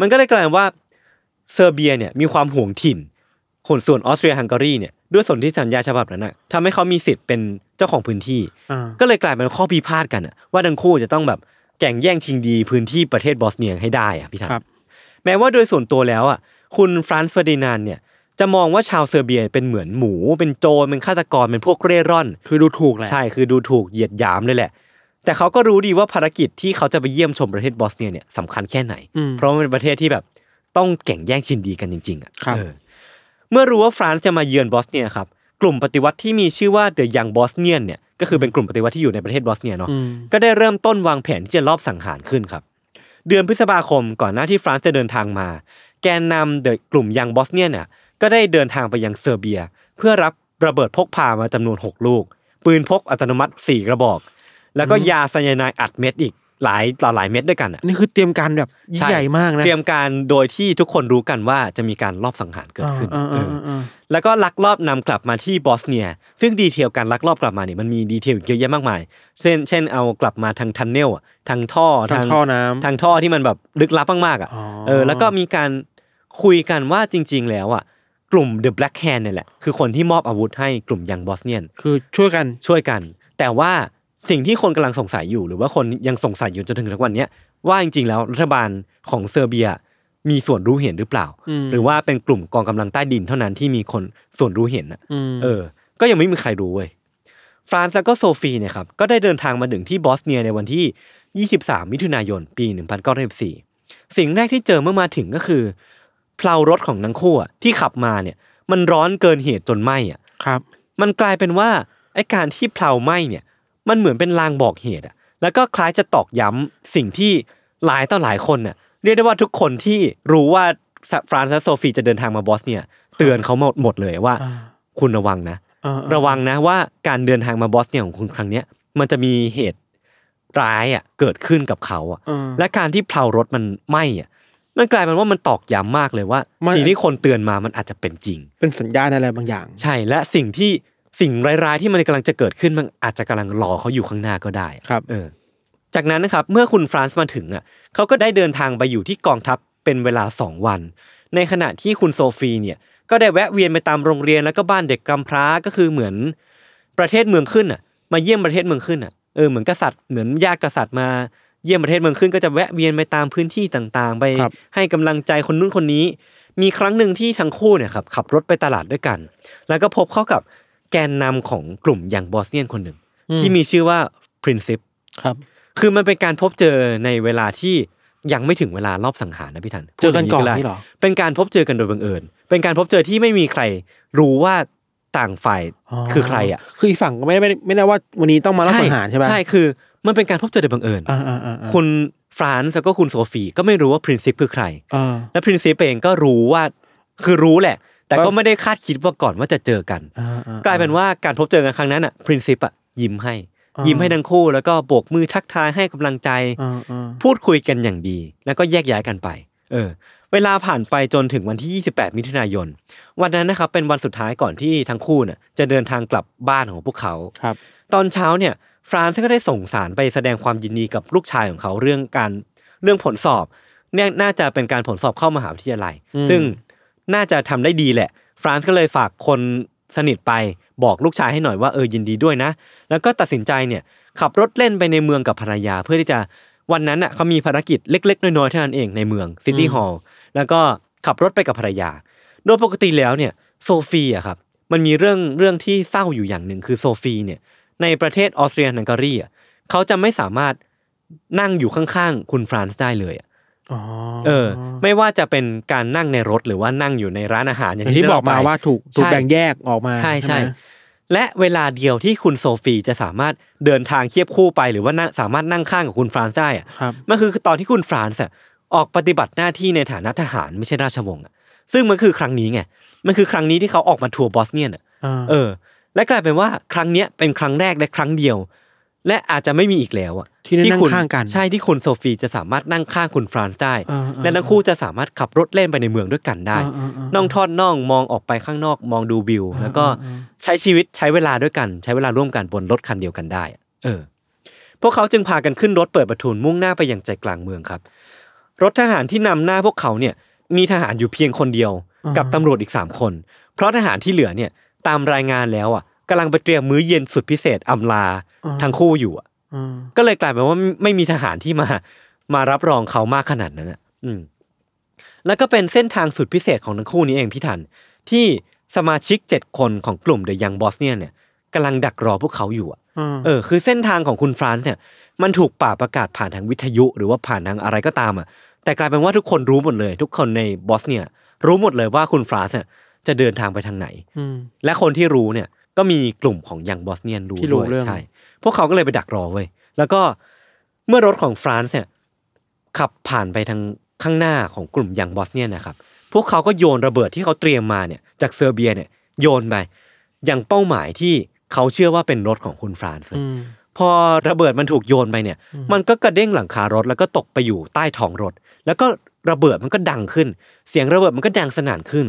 B: มันก็เลยกลายเป็นว่าเซอร์เบียเนี่ยมีความห่วงถิ่นขนส่วนออสเตรียฮังการีเนี่ยด้วยสนธิสัญญาฉบับนั้นน่ะทำให้เขามีสิทธิ์เป็นเจ้าของพื้นที่
C: อ่า
B: ก็เลยกลายเป็นข้อพิพาทกันอะว่าทั้งคู่จะต้องแบบแข่งแย่งชิงดีพื้นที่ประเทศบอสเนียให้ได้อะพี่ทัน
C: ครับ
B: แม้ว่าโดยส่วนตัวแล้วอ่ะคุณฟรานซ์เฟอร์ดินานด์เนี่ยจะมองว่าชาวเซอร์เบียเป็นเหมือนหมู เป็นโจรเป็นฆาตกรเป็นพวกเร่ร่อน
C: คือดูถูกแหละ
B: ใช่ คือดูถูกเหยียดหยามเลยแหละ แต่เขาก็รู้ดีว่าภารกิจที่เขาจะไปเยี่ยมชมประเทศบอสเนียเนี่ยสำคัญแค่ไหน
C: อืม
B: เพราะมันเป็นประเทศที่แบบต้องแข่งแย่งชิงดีกันจริงๆอ่ะ
C: ครับ
B: เออเมื่อรู้ว่าฟรานซ์จะมาเยือนบอสเนียครับ กลุ่มปฏิวัติที่มีชื่อว่าเดอะยังบอสเนียนเนี่ย ก็คือเป็นกลุ่มปฏิวัติที่อยู่ในประเทศบอสเนียเนาะ
C: อืม
B: ก็ได้เริ่มต้นวางแผนที่จะลอบสังหารขึ้นครับ เดือนพฤษภาคมก่อนหน้าที่ฟรานซ์จะเดินทางมา แกนนำเดอะกลุ่มยังบอสเนียเนี่ยก็ได้เดินทางไปยังเซอร์เบีย เพื่อรับระเบิดพกพามาจำนวน 6 ลูก ปืนพกอัตโนมัติ 4 กระบอก แล้วก็ยาไซยาไนด์อัดเม็ดอีกหลายต่อหลายเม็ดด้วยกันอ่ะ
C: อันนี่คือเตรียมการแบบยิ่งใหญ่มากนะ
B: เตรียมการโดยที่ทุกคนรู้กันว่าจะมีการลอบสังหารเกิดขึ้น
C: อ่า
B: เอ
C: อ่า
B: อ
C: อ่าอ่า
B: แล้วก็ลักลอบนำกลับมาที่บอสเนีย ซึ่งดีเทลการลักลอบกลับมาเนี่ยมันมีดีเทลอีกเยอะแยะมากมาย เช่น เช่นเอากลับมาทางทันเนลอะทางท่อ
C: ทางท่อน้ำ
B: ทางท่อที่มันแบบลึกลับมากๆอ่ะ
C: อ๋อ
B: เออแล้วก็มีการคุยกันว่าจริง ๆ แล้วอ่ะกลุ่ม The Black Hand เนี่ยแหละ คือคนที่มอบอาวุธให้กลุ่มยังบอสเนียน
C: คือช่วยกัน
B: ช่วยกัน แต่ว่าสิ่งที่คนกำลังสงสัยอยู่หรือว่าคนยังสงสัยอยู่จนถึงทุกวันเนี้ยว่าจริงๆแล้วรัฐบาลของเซอร์เบียมีส่วนรู้เห็นหรือเปล่า
C: อืม
B: หรือว่าเป็นกลุ่มกองกำลังใต้ดินเท่านั้นที่มีคนส่วนรู้เห็นน่ะ
C: อืม
B: เออ ก็ยังไม่มีใครรู้เว้ย ฟรานซ์แล้วก็โซฟีเนี่ยครับ ก็ได้เดินทางมาถึงที่บอสเนียในวันที่ 23 มิถุนายน ปี 1914 สิ่งแรกที่เจอเมื่อมาถึงก็คือเพลารถของทั้งคู่อะที่ขับมาเนี่ย มันร้อนเกินเหตุจนไหมอ่ะ
C: ครับ
B: มันกลายเป็นว่าไอ้การที่เพลาไหม้เนี่ย มันเหมือนเป็นลางบอกเหตุอะแล้วก็คล้ายจะตอกย้ำสิ่งที่หลายต่อหลายคนน่ะเรียกได้ว่าทุกคนที่รู้ว่าฟรานซ์และโซฟีจะเดินทางมาบอสเนี่ย เตือนเขาหมดหมดเลยว่า
C: อ่า
B: คุณระวังนะ
C: อ่าอ่า
B: ระวังนะว่าการเดินทางมาบอสเนี่ยของคุณครั้งเนี้ยมันจะมีเหตุร้ายอ่ะเกิดขึ้นกับเขาอ่ะ
C: อ่า
B: และการที่เพลารถมันไหม้อ่ะมันกลายเป็นว่ามันตอกย้ำมากเลยว่า
C: ไม่
B: สิ่งที่คนเตือนมามันอาจจะเป็นจริง
C: เป็นสัญญาณอะไรบางอย่าง
B: ใช่และสิ่งที่สิ่งร้ายๆที่มันกำลังจะเกิดขึ้นมันอาจจะกำลังรอเขาอยู่ข้างหน้าก็ได้อะ
C: ครับ
B: เออ จากนั้นนะครับเมื่อคุณฟรานซ์มาถึงอ่ะเขาก็ได้เดินทางไปอยู่ที่กองทัพเป็นเวลา 2 วัน ในขณะที่คุณโซฟีเนี่ย ก็ได้แวะเวียนไปตามโรงเรียนแล้วก็บ้านเด็กกำพร้าก็คือเหมือนประเทศเมืองขึ้นอ่ะ มาเยี่ยมประเทศเมืองขึ้นอ่ะเออเหมือนกษัตริย์เหมือนญาติกษัตริย์มาเยี่ยมประเทศเมืองขึ้น ก็จะแวะเวียนไปตามพื้นที่ต่างๆ ไป
C: ครับ
B: ให้กำลังใจคนนู้นคนนี้ มีครั้งหนึ่งที่ทั้งคู่เนี่ยครับขับรถไปตลาดด้วยกัน แล้วก็พบเข้ากับแกนนำของกลุ่มอย่างบอสเนียนคนหนึ่ง ที่มีชื่อว่า Princip
C: ครับ
B: คือมันเป็นการพบเจอในเวลาที่ยังไม่ถึงเวลารอบสังหารนะพี่ทัน
C: เจอกันก่อน
B: พูดย่าง
C: นี่เหรอ
B: เป็นการพบเจอกันโดยบังเอิญ เป็นการพบเจอที่ไม่มีใครรู้ว่าต่างฝ่ายคือใครอ่ะ
C: คืออีกฝั่งก็ไม่ไม่ได้ไม่ได้ว่าวันนี้ต้องมารับอาหารใช่ไหม
B: ใช่คือ มันเป็นการพบเจอโดยบังเอิญ
C: อ่าอ่าอ่าอ่า
B: คุณฟรานซ์แล้วก็คุณโซฟีก็ไม่รู้ว่า Princip คือใคร
C: อ่า
B: และ Princip เองก็รู้ว่าคือรู้แหละ แต่ก็
C: ว่า
B: ไม่ได้คาดคิดว่าก่อนว่าจะเจอกัน
C: อ่าอ่
B: กลายเป็นว่าการพบเจอกันครั้งนั้นอ่ะ Princip อ่ะยิ้มให้
C: อ่า
B: ยิ้มให้ทั้งคู่แล้วก็โบกมือทักทายให้กำลังใจ
C: อ่าอ่า
B: พูดคุยกันอย่างดี แล้วก็แยกย้ายกันไป เออ เวลาผ่านไปจนถึงวันที่ 28 มิถุนายน วันนั้นนะครับเป็นวันสุดท้ายก่อนที่ทั้งคู่น่ะจะเดินทางกลับบ้านของพวกเขา
C: ครับ
B: ตอนเช้าเนี่ย ฟรานซ์ก็ได้ส่งสารไปแสดงความยินดีกับลูกชายของเขาเรื่องการเรื่องผลสอบเนี่ยน่าจะเป็นการผลสอบเข้ามหาวิทยาลัย
C: อืม
B: ซึ่งน่าจะทำได้ดีแหละ ฟรานซ์ก็เลยฝากคนสนิทไปบอกลูกชายให้หน่อยว่าเออยินดีด้วยนะ แล้วก็ตัดสินใจเนี่ยขับรถเล่นไปในเมืองกับภรรยา เพื่อที่จะวันนั้นอ่ะเขามีภารกิจเล็ก ๆ น้อยๆเท่านั้นเองในเมืองซิตี้ฮอลล์แล้วก็ขับรถไปกับภรรยา โดยปกติแล้วเนี่ยโซฟีอะครับมันมีเรื่องเรื่องที่เศร้าอยู่อย่างหนึ่งคือโซฟีเนี่ย ในประเทศออสเตรียฮังการีอ่ะเขาจะไม่สามารถนั่งอยู่ข้างๆ คุณฟรานซ์ได้เลยอ่ะ
C: อ๋อ
B: เออ ไม่ว่าจะเป็นการนั่งในรถหรือว่านั่งอยู่ในร้านอาหาร
C: อย่
B: อา
C: ย่าง งที่บอกมา
B: เรไป
C: ว่าถูกถูก
B: ใช่
C: แบ่งแยกออกมา
B: ใช่ใช่
C: ไหม
B: และเวลาเดียวที่คุณโซฟีจะสามารถเดินทางเคียบคู่ไป หรือว่านั่งสามารถนั่งข้างกับคุณฟรานซ์ได้อ่ะ
C: ครับ
B: มันคือตอนที่คุณฟรานซ์อ่ะออกปฏิบัติหน้าที่ในฐานะทหารไม่ใช่ราชวงศ์อ่ะซึ่งมันคือครั้งนี้ไงมันคือครั้งนี้ที่เขาออกมาทัวร์บอสเนียนอ่ะ
C: อ่า
B: เออและกลายเป็นว่าครั้งเนี้ยเป็นครั้งแรกและครั้งเดียว และอาจจะไม่มีอีกแล้วอะ
C: ที่ได้นั่ง
B: คุณ
C: ข้างกัน
B: ใช่ที่คุณโซฟีจะสามารถนั่งข้างคุณฟรานซ์ได้
C: เออเออ
B: และทั้งคู่จะสามารถขับรถเล่นไปในเมืองด้วยกันได้
C: เออเออเออ
B: น่องทอดน่องมองออกไปข้างนอกมองดูวิว แล้วก็ใช้ชีวิตใช้เวลาด้วยกัน ใช้เวลาร่วมกันบนรถคันเดียวกันได้ เออ พวกเขาจึงพากันขึ้นรถเปิดประทุนมุ่งหน้าไปยังใจกลางเมืองครับ รถทหารที่นำหน้าพวกเขาเนี่ยมีทหารอยู่เพียงคนเดียว กับตำรวจอีกสามคน เพราะทหารที่เหลือเนี่ยตามรายงานแล้วอ่ะกำลังไปเตรียมมื้อเย็นสุดพิเศษอำลา
C: อ่า
B: ทั้งคู่อยู่อะ
C: อืม
B: ก็เลยกลายเป็นว่าไม่ไม่มีทหารที่มา มารับรองเขามากขนาดนั้นนะอืม แล้วก็เป็นเส้นทางสุดพิเศษของทั้งคู่นี้เองพี่ทัน ที่สมาชิกเจ็ดคนของกลุ่มเดยังบอสเนียเนี่ยกำลังดักรอพวกเขาอยู่อะ
C: อืม
B: เออคือเส้นทางของคุณฟรานซ์เนี่ย มันถูกป่าประกาศผ่านทางวิทยุ หรือว่าผ่านทางอะไรก็ตามอ่ะ แต่กลายเป็นว่าทุกคนรู้หมดเลย ทุกคนในบอสเนียรู้หมดเลยว่าคุณฟรานซ์เนี่ยจะเดินทางไปทางไหน
C: อืม
B: และคนที่รู้เนี่ยก็มีกลุ่มของยังบอสเนียนรู้
C: ที่รู้
B: ด้วย
C: เรื่อง
B: ใช่ พวกเขาก็เลยไปดักรอเว้ยแล้วก็เมื่อรถของฟรานซ์เนี่ยขับผ่านไปทางข้างหน้าของกลุ่มยังบอสเนียนนะครับ พวกเขาก็โยนระเบิดที่เขาเตรียมมาเนี่ยจากเซอร์เบียเนี่ยโยนไปยังเป้าหมายที่เขาเชื่อว่าเป็นรถของคุณฟรานซ์เลย
C: อืม
B: พอระเบิดมันถูกโยนไปเนี่ย มันก็กระเด้งหลังคารถแล้วก็ตกไปอยู่ใต้ท้องรถ แล้วก็ระเบิดมันก็ดังขึ้น เสียงระเบิดมันก็ดังสนั่นขึ้น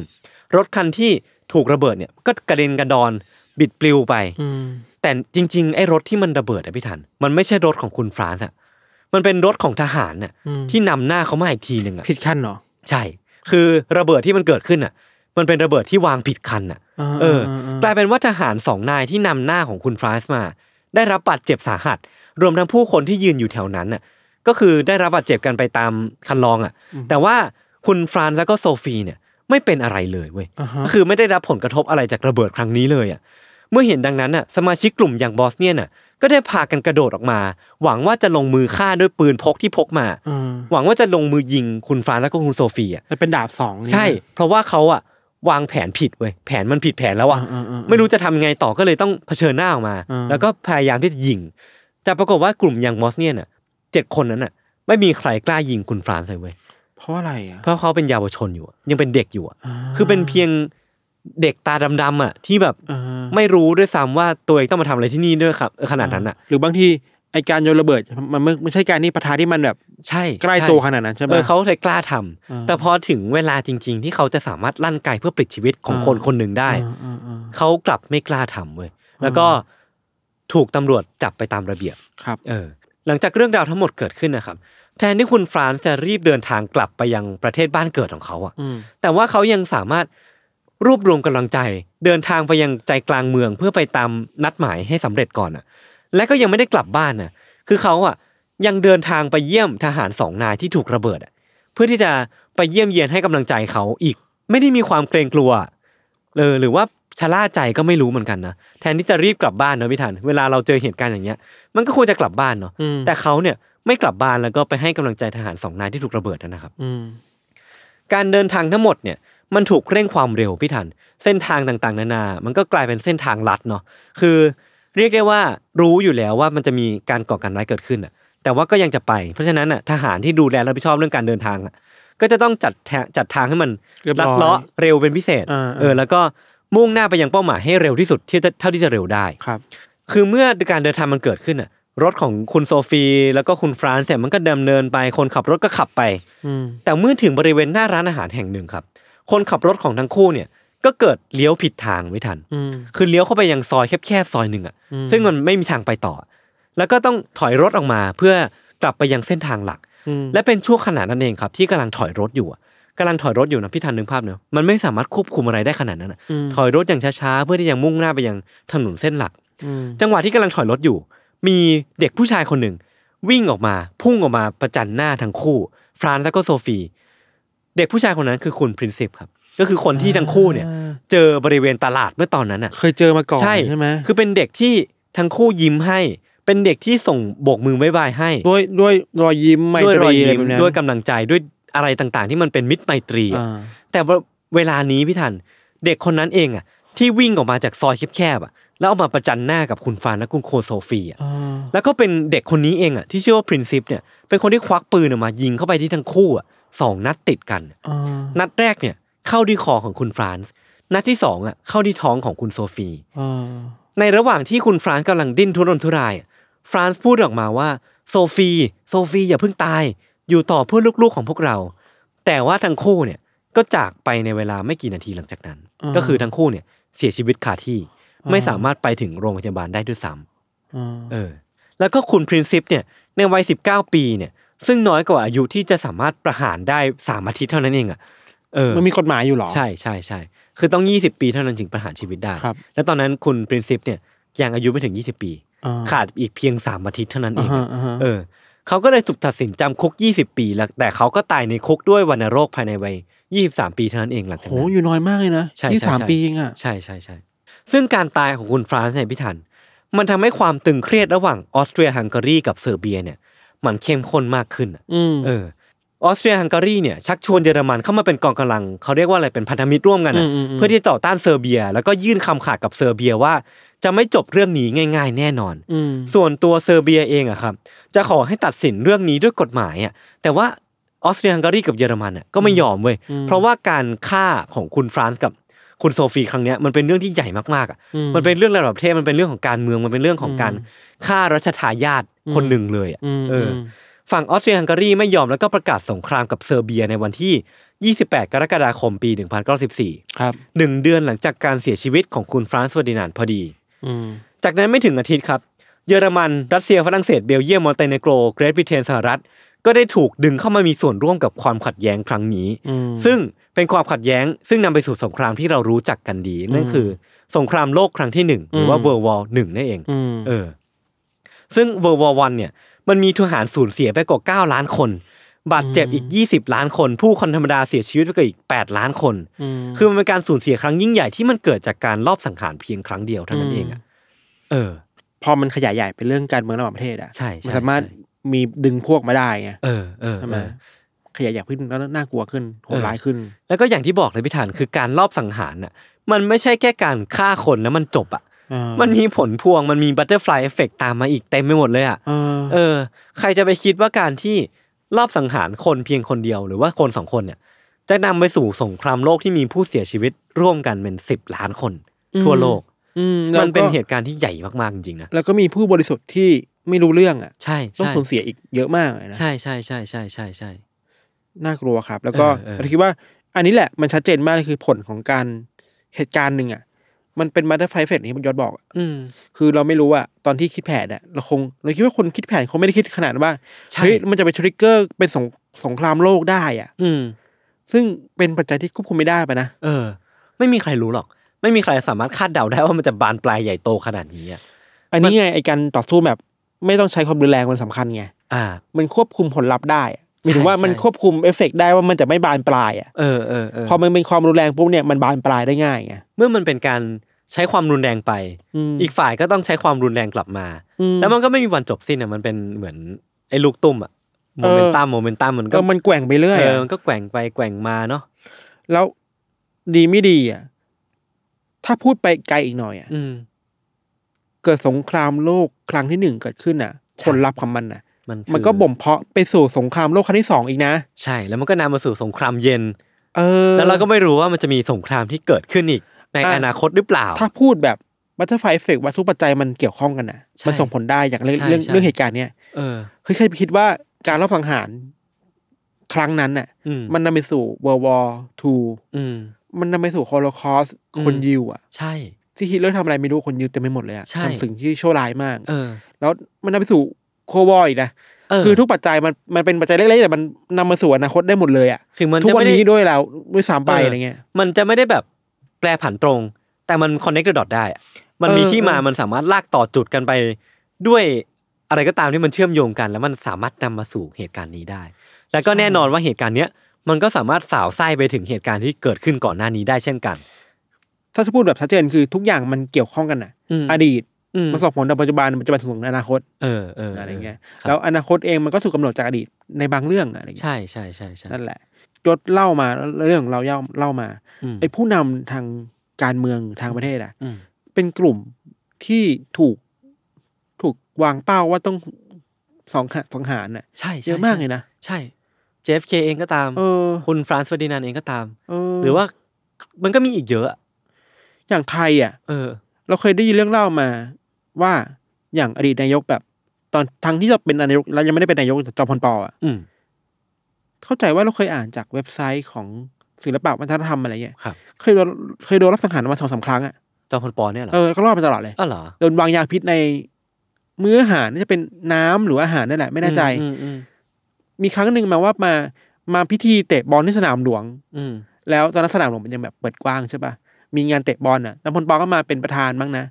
B: รถคันที่ถูกระเบิดเนี่ยก็กระเด็นกระดอนบิดปลิวไป
C: อืม
B: แต่จริงๆไอ้รถที่มันระเบิดอะพี่ทัน มันไม่ใช่รถของคุณฟรานซ์อะมันเป็นรถของทหารน่ะ
C: อืม
B: ที่นำหน้าเขามาอีกทีหนึ่งอะ
C: ผิดขั้นเหรอ
B: ใช่ คือระเบิดที่มันเกิดขึ้นอะมันเป็นระเบิดที่วางผิดคันอะ
C: า
B: เออ
C: าาก
B: ลายเป็นว่าทหารสองนายที่นำหน้าของคุณฟรานซ์มา ได้รับบาดเจ็บสาหัส รวมทั้งผู้คนที่ยืนอยู่แถวนั้นน่ะ ก็คือได้รับบาดเจ็บกันไปตามคันลองอ่ะ แต่ว่าคุณฟรานซ์แล้วก็โซฟีเนี่ยไม่เป็นอะไรเลยเว้ย
C: อ่าฮะ
B: ก็คือไม่ได้รับผลกระทบอะไรจากระเบิดครั้งนี้เลยอ่ะ เมื่อเห็นดังนั้นน่ะสมาชิกกลุ่มอย่างบอสเนียนน่ะก็ได้พากันกระโดดออกมา หวังว่าจะลงมือฆ่าด้วยปืนพกที่พกมา
C: อืม
B: หวังว่าจะลงมือยิงคุณฟรานซ์แล้วก็คุณโซฟีอ่ะ
C: มันเป็นดาบสองนี่
B: ใช่ เพราะว่าเขาอะวางแผนผิดเว้ย แผนมันผิดแผนแล้วอะ
C: อ่าอ่าอ่า
B: ไม่รู้จะทำไงต่อก็เลยต้องเผชิญหน้าออกมา
C: อ่า
B: แล้วก็พยายามที่จะยิง แต่ปรากฏว่ากลุ่มยังมอสเนี่ยน่ะเจ็ดคนนั้นน่ะ ไม่มีใครกล้ายิงคุณฟรานซ์เลยเว้ย
C: เพราะอะไรอ่ะ
B: เพราะเขาเป็นเยาวชนอยู่อะยังเป็นเด็กอยู่อะคือเป็นเพียงเด็กตาดำๆอะที่แบบ
C: อ่าฮะ
B: ไม่รู้ด้วยซ้ำว่าตัวเองต้องมาทำอะไรที่นี่ด้วยครับเออขนาดนั้นอะ
C: หรือบางทีไอการโยนระเบิดมันไม่ไม่ใช่การที่ปะทะที่มันแบบ
B: ใช่
C: ใกล้
B: ช่
C: ตัวขนาดนั้นใช่ไหม
B: เออเขาเลยกล้าทำ
C: อ่า
B: แต่พอถึงเวลาจริง ๆ ที่เขาจะสามารถลั่นไกเพื่อปลิดชีวิตของคน
C: อ่า
B: คนหนึ่งได้
C: อ่าอ่าอ่า
B: เขากลับไม่กล้าทำเว้ย แล้วก็ถูกตำรวจจับไปตามระเบียบ
C: ครับ
B: เออ หลังจากเรื่องราวทั้งหมดเกิดขึ้นนะครับ แทนที่คุณฟรานซ์จะรีบเดินทางกลับไปยังประเทศบ้านเกิดของเขาอะ
C: อืม
B: แต่ว่าเขายังสามารถรวบรวมกำลังใจ เดินทางไปยังใจกลางเมืองเพื่อไปตามนัดหมายให้สำเร็จก่อนอะและก็ยังไม่ได้กลับบ้านนะคือเขาอะยังเดินทางไปเยี่ยมทหารสองนายที่ถูกระเบิดอะเพื่อที่จะไปเยี่ยมเยียนให้กำลังใจเขาอีก ไม่ได้มีความเกรงกลัว เออหรือว่าชะล่าใจก็ไม่รู้เหมือนกันนะแทนที่จะรีบกลับบ้านเนอะพี่ทันเวลาเราเจอเหตุการณ์อย่างเงี้ย มันก็ควรจะกลับบ้านเนาะ
C: อืม
B: แต่เขาเนี่ยไม่กลับบ้านแล้วก็ไปให้กำลังใจทหารสองนายที่ถูกระเบิดนั่นนะครับ
C: อืม
B: การเดินทางทั้งหมดเนี่ยมันถูกเร่งความเร็วพี่ทัน เส้นทางต่างๆ นานา มันก็กลายเป็นเส้นทางลัดเนาะคือเรียกได้ว่ารู้อยู่แล้วว่ามันจะมีการก่อการร้ายเกิดขึ้นอ่ะ แต่ว่าก็ยังจะไป เพราะฉะนั้นอ่ะทหารที่ดูแลรับผิดชอบเรื่องการเดินทางอ่ะก็จะต้องจัดแทจัดทางให้มัน
C: เรียบร้
B: ลัด
C: อย
B: เลาะเร็วเป็นพิเศษ
C: อ่าๆ
B: เออแล้วก็มุ่งหน้าไปยังเป้าหมายให้เร็วที่สุดที่จะเท่าที่จะเร็วได้
C: ครับ
B: คือเมื่อการเดินทางมันเกิดขึ้นอ่ะรถของคุณโซฟีแล้วก็คุณฟรานซ์เนี่ยมันก็ดำเนินไปคนขับรถก็ขับไป
C: อืม
B: แต่เมื่อถึงบริเวณหน้าร้านอาหารแห่งหนึ่งครับ คนขับรถของทั้งคู่เนี่ยก็เกิดเลี้ยวผิดทางไม่ทัน
C: อืม
B: คือเลี้ยวเข้าไปยังซอยแคบๆซอยหนึ่งอ่ะ
C: อืม
B: ซึ่งมันไม่มีทางไปต่อ แล้วก็ต้องถอยรถออกมาเพื่อกลับไปยังเส้นทางหลัก
C: อืม
B: และเป็นช่วงขณะนั้นเองครับ ที่กำลังถอยรถอยู่อะกำลังถอยรถอยู่นะพี่ทันนึกภาพเนอะมันไม่สามารถควบคุมอะไรได้ขนาดนั้นอะ
C: อืม
B: ถอยรถอย่างช้าๆเพื่อที่ยังมุ่งหน้าไปยังถนนเส้นหลัก
C: อืม
B: จังหวะที่กำลังถอยรถอยู่ มีเด็กผู้ชายคนหนึ่ง วิ่งออกมา พุ่งออกมาประจันหน้าทั้งคู่ ฟรานซ์แล้วก็โซฟี เด็กผู้ชายคนนั้นคือคุณพรินซิปครับ ก็คือคนที่ทั้งคู่เนี่ย เจอบริเวณตลาดเมื่อตอนนั้นอ่ะ
C: เคยเจอมาก่อนใช่ไหม
B: คือเป็นเด็กที่ทั้งคู่ยิ้มให้ เป็นเด็กที่ส่งโบกมือบ๊ายบายให้
C: ด้วยด้วยรอยยิ้มไม
B: ด้วย
C: ต
B: รอ
C: รี
B: ย
C: อะไร
B: ยิ้ม
C: แบบนั้น
B: ด้วยกำลังใจด้วยอะไรต่างๆ ที่มันเป็นมิตรไมตรีอะ
C: อ่า
B: แต่ว่าเวลานี้พี่ทัน เด็กคนนั้นเองอ่ะ ที่วิ่งออกมาจากซอยแคบๆอ่ะแล้วเอามาประจันหน้ากับคุณฟานและคุณโคโซฟีอ่ะ
C: อ
B: แล้วก็เป็นเด็กคนนี้เองอ่ะที่ชื่อว่าพรินซิปเนี่ยเป็นคนที่ควักปืนออกมายิงเข้าไปที่ทั้งคู่อ่ะสองนัดติดกัน
C: อ่า
B: นัดแรกเนี่ยเข้าที่คอของคุณฟรานซ์นัดที่สองอ่ะเข้าที่ท้องของคุณโซฟี
C: อ่า
B: ในระหว่างที่คุณฟรานซ์กำลังดิ้นทุรนทุรายอ่ะ ฟรานซ์พูดออกมาว่า โซฟีโซฟีอย่าเพิ่งตาย อยู่ต่อเพื่อลูกๆของพวกเรา แต่ว่าทั้งคู่เนี่ยก็จากไปในเวลาไม่กี่นาทีหลังจากนั้น
C: อ่า
B: ก็คือทั้งคู่เนี่ยเสียชีวิตคาที่ไม่สามารถไปถึงโรงพยาบาลได้ด้วยซ้ำ
C: อ่า
B: เออแล้วก็คุณพรินซิปเนี่ยในวัย 19 ปีเนี่ยซึ่งน้อยกว่าอายุที่จะสามารถประหารได้สามอาทิตย์เท่านั้นเองอ่ะเออ
C: มันมีกฎหมายอยู่เหรอ
B: ใช่ใช่ใช่คือต้อง 20 ปีเท่านั้นจึงประหารชีวิตได้
C: ครับ
B: และตอนนั้นคุณพรินซิปเนี่ยยังอายุไม่ถึง 20 ปี
C: อ่
B: ขาดอีกเพียงสามอาทิตย์เท่านั้นเอ
C: อ่าง ฮะ
B: อะ
C: อ่าฮะ
B: เออเขาก็เลยถูกตัดสินจำคุก 20 ปีแล้วแต่เขาก็ตายในคุกด้วยวัณโรคภายในวัย 23 ปีเท่านั้นเองหลังจาก
C: โห
B: นั้น
C: อยู่น้อยมากเลยนะ
B: ใช่ใช่
C: ยี่สาม
B: ใช่
C: ปีเองอ่ะ
B: ใช่ใช่ใช่ซึ่งการตายของคุณฟรานซ์เนี่ยพี่ทัน มันทำให้ความตึงเครียดระหว่างออสเตรียฮังการีกับเซอร์เบียเนี่ย มันเข้มข้นมากขึ้นอะ
C: อืม
B: เออ ออสเตรียฮังการีเนี่ยชักชวนเยอรมันเข้ามาเป็นกองกำลัง เขาเรียกว่าอะไรเป็นพันธมิตรร่วมกันอะ
C: มม
B: เพื่อที่จะต่อต้านเซอร์เบีย แล้วก็ยื่นคำขาดกับเซอร์เบียว่า จะไม่จบเรื่องนี้ง่าย ๆ แน่นอน
C: อืม
B: ส่วนตัวเซอร์เบียเองอะครับ จะขอให้ตัดสินเรื่องนี้ด้วยกฎหมายอะแต่ว่าออสเตรียฮังการีกับเยอรมันอะก็ไม่ยอมเว้ยเพราะว่าการฆ่าของคุณฟรานซ์กับคุณโซฟีครั้งเนี้ยมันเป็นเรื่องที่ใหญ่มากๆอะ
C: อื
B: มันเป็นเรื่องระดับประเทศมันเป็นเรื่องของการเมืองมันเป็นเรื่องของการฆ่ารัชทายาทคนหนึ่งเลยอะ
C: ม
B: เออ
C: ม
B: ฝั่งออสเตรียฮังการีไม่ยอมแล้วก็ประกาศสงครามกับเซอร์เบียในวันที่ 28 กรกฎาคมปี 1914
C: ครับ
B: หนึ่งเดือนหลังจากการเสียชีวิตของคุณฟรานซ์เฟอร์ดินานด์พอดี
C: อืม
B: จากนั้นไม่ถึงอาทิตย์ครับ เยอรมัน รัสเซีย ฝรั่งเศส เบลเยียม มอนเตเนโกร เกรทบริเตน สหรัฐ ก็ได้ถูกดึงเข้ามามีส่วนร่วมกับความขัดแย้งครั้งนี้
C: อืม
B: ซึ่งเป็นความขัดแย้ง ซึ่งนำไปสู่สงครามที่เรารู้จักกันดี นั่นคือ สงครามโลกครั้งที่หนึ่งหรือว่า
C: อืม
B: World War หนึ่งนั่นเอง
C: อืม
B: เออ ซึ่ง World War 1เนี่ย มันมีทหารสูญเสียไปกว่า 9 ล้านคน บาดเจ็บอีก 20 ล้านคน ผู้คนธรรมดาเสียชีวิตไปกว่าอีก 8 ล้านคน
C: ม
B: คือมันเป็นการสูญเสียครั้งยิ่งใหญ่ที่มันเกิดจากการลอบสังหารเพียงครั้งเดียวเท่านั้นเองอะเออ
C: พอมันขยายใหญ่เป็นเรื่องการเมืองระหว่างประเทศอ่ะ
B: ใช่ใช่
C: มันสามารถ
B: ใช่
C: มีดึงพวกมาได้ไง
B: เออเออ
C: ใช่ไห
B: เอ
C: ม
B: อ
C: ขยายใหญ่ขึ้นแล้วน่ากลัวขึ้นโห
B: เอ
C: ด
B: อ
C: ร้ายขึ้น
B: แล้วก็อย่างที่บอกเลยพี่ฐานคือการลอบสังหารน่ะ มันไม่ใช่แค่การฆ่าคนแล้วมันจบอ่ะ
C: เออ
B: มันมีผลพวงมันมีบัตเตอร์ฟลายเอฟเฟกตามมาอีกเต็มไปหมดเลยอ่ะ
C: เออ
B: เออ ใครจะไปคิดว่าการที่ลอบสังหารคนเพียงคนเดียวหรือว่าคนสองคนเนี่ย จะนำไปสู่สงครามโลกที่มีผู้เสียชีวิตร่วมกันเป็นสิบล้านคน ทั่วโลก
C: อืม
B: มันเป็นเห
C: แล้วก็
B: ตุการณ์ที่ใหญ่มากๆจริงๆนะ
C: แล้วก็มีผู้บริสุทธิ์ที่ไม่รู้เรื่องอ่ะ
B: ใช่
C: ต้อง
B: ใช่
C: สูญเสียอีกเยอะมากเลยนะ
B: ใช่ใช่ใช่ใช่ใช่ใช่
C: น่ากลัวครับ แล้วก็
B: เออเออ
C: เราคิดว่า อันนี้แหละมันชัดเจนมากเลยคือผลของการเหตุการณ์หนึ่งอ่ะ มันเป็นมาต t ไฟเฟกที่มันยอดบอกอะ
B: อืม
C: คือเราไม่รู้ว่าตอนที่คิดแผนอ่ะเราคงเราคิดว่าคนคิดแผนคงไม่ได้คิดขนาดว่า
B: ใช่
C: เฮ้ยมันจะไปทริกเกอร์เป็นสงสงครามโลกได้อ่ะ
B: อืม
C: ซึ่งเป็นปัจจัยที่ควบคุมไม่ได้ปะนะ
B: เออ ไม่มีใครรู้หรอก ไม่มีใครสามารถคาดเดาได้ว่ามันจะบานปลายใหญ่โตขนาดนี้อะ
C: อันนี้ไงไอการต่อสู้แบบ ไม่ต้องใช้ความรุนแรงมันสำคัญไง
B: อ่า
C: มันควบคุมผลลัพธ์ได้อะหมายถึงว่า
B: ใช่
C: มันควบคุมเอฟเฟกต์ได้ว่ามันจะไม่บานปลายอ่ะ
B: เออเออเออ
C: พอมันเป็นความรุนแรงปุ๊บเนี่ยมันบานปลายได้ง่ายไง
B: เมื่อมันเป็นการใช้ความรุนแรงไป
C: ม
B: อีกฝ่ายก็ต้องใช้ความรุนแรงกลับมา
C: อื
B: แล้วมันก็ไม่มีวันจบสิ้นอ่ะมันเป็นเหมือนไอ้ลูกตุ้มอ่ะโมเมนตัมโมเมนตัมมันก็
C: ก็มันแกว่งไปเรื่อย
B: เอ
C: อะ
B: อมันก็แกว่งไปแกว่งมาเนาะ
C: แล้วดีไม่ดีอ่ะ ถ้าพูดไปไกลอีกหน่อยอ่ะ
B: อืม
C: เกิดสงครามโลกครั้งที่หนึ่งเกิดขึ้นอ่ะ
B: ใช่
C: ผลลัพธ์ของมันอ่ะ
B: มันคือ
C: มันก็บ่มเพาะไปสู่สงครามโลกครั้งที่สองอีกนะ
B: ใช่ แล้วมันก็นำมาสู่สงครามเย็น
C: เออ
B: แล้วเราก็ไม่รู้ว่ามันจะมีสงครามที่เกิดขึ้นอีก ใน
C: อ่ะ
B: อนาคตหรือเปล่า
C: ถ้าพูดแบบบัตเตอร์ไฟเฟกว่าทุกปัจจัยมันเกี่ยวข้องกันนะ
B: ใช่
C: มันส่งผลได้อย่างเรื่อง
B: ใช่
C: เรื่อง
B: ใช่
C: เรื่องเหตุการณ์เนี้ย
B: เออ
C: เฮ้ยใครไปคิดว่าการรอบสังหารครั้งนั้นน่ะ
B: อืม
C: มันนำไปสู่ World War II
B: อืม
C: มันนำไปสู่ Holocaust
B: อืม
C: คนยิวอ่ะ
B: ใช่
C: ที่ฮิตเลอร์ทำอะไรไม่รู้คนยิวเต็มไปหมดเลยอ่ะ
B: ใช่
C: ทำสิ่งที่ชั่วร้ายมาก
B: เออ
C: แล้วมันนำไปสู่โควออีกนะ
B: เออ
C: คือทุกปัจจัยมันมันเป็นปัจจัยเล็กๆแต่มันนำมาสู่อนาคตได้หมดเลยอ่ะ
B: ถึงมัน
C: ทุก
B: จะ
C: วัน
B: ไม่ได้
C: นี้ด้วยแล้วด้วยสามไป
B: เอออ
C: อะไรเงี้ย
B: มันจะไม่ได้แบบแปลผันตรง แต่มัน connect the dot ได้อะมันมี
C: เออ
B: ที่มา
C: เออ
B: มันสามารถลากต่อจุดกันไป ด้วยอะไรก็ตามที่มันเชื่อมโยงกัน แล้วมันสามารถนำมาสู่เหตุการณ์นี้ได้ แล้วก็แน่นอนว่าเหตุการณ์เนี้ยมันก็สามารถสาวไส้ไปถึงเหตุการณ์ที่เกิดขึ้นก่อนหน้านี้ได้เช่นกัน
C: ถ้าจะพูดแบบชัดเจนคือทุกอย่างมันเกี่ยวข้องกันน่ะ
B: อืม
C: อดีต
B: อืม
C: มันส่งผลต่อปัจจุบันปัจจุบันส่งผลต่ออนาคต
B: เออเอออ
C: อะไรเงี้ย
B: ครับ
C: แล้วอนาคตเองมันก็ถูกกำหนดจากอดีตในบางเรื่องอะไรเงี้ย
B: ใช่ใช่ใช่ใช่
C: นั่นแหละยศเล่ามาแล้วเรื่องของเราเล่าเล่ามา
B: ม
C: ไอ้ผู้นำทางการเมืองทางประเทศอ่ะ
B: อืม
C: เป็นกลุ่มที่ถูกถูกวางเป้าว่าต้องสองขะสังหารน่ะ
B: ใช่ใช่
C: เยอะมากเลยนะ
B: ใช่ JFK เองก็ตาม
C: เออ
B: คุณฟรานซ์เฟอร์ดินานด์เองก็ตาม
C: เออ
B: หรือว่ามันก็มีอีกเยอะอะ
C: อย่างไทยอ่ะ
B: เออ
C: เราเคยได้ยินเรื่องเล่ามาว่าอย่างอดีตนายกแบบ ตอนทั้งที่จะเป็นนายกแล้วยังไม่ได้เป็นนายกจอมพลปอ่ะ
B: อืม
C: เข้าใจว่าเราเคยอ่านจากเว็บไซต์ของศิลปะวัฒนธรรมอะไรเงี้ย
B: ครับ
C: เคยโดนเคยโดนรับสังหารมาสองสามครั้งอ่ะ
B: จอมพลปอเนี่ยเหรอ
C: เออก็รอดมาตลอดเลย
B: อ๋อเหรอ
C: โดนวางยาพิษในมื้ออาหารน่าจะเป็นน้ำหรืออาหารนั่นแหละไม่แน่ใจ
B: อืมอืม
C: มีครั้งหนึ่งมาว่ามามาพิธีเตะบอลที่สนามหลวง
B: อืม
C: แล้วตอนนั้นสนามหลวงมันยังแบบเปิดกว้างใช่ปะมีงานเตะบอลน่ะนำพลปอก็มาเป็นประธานมั้งนะ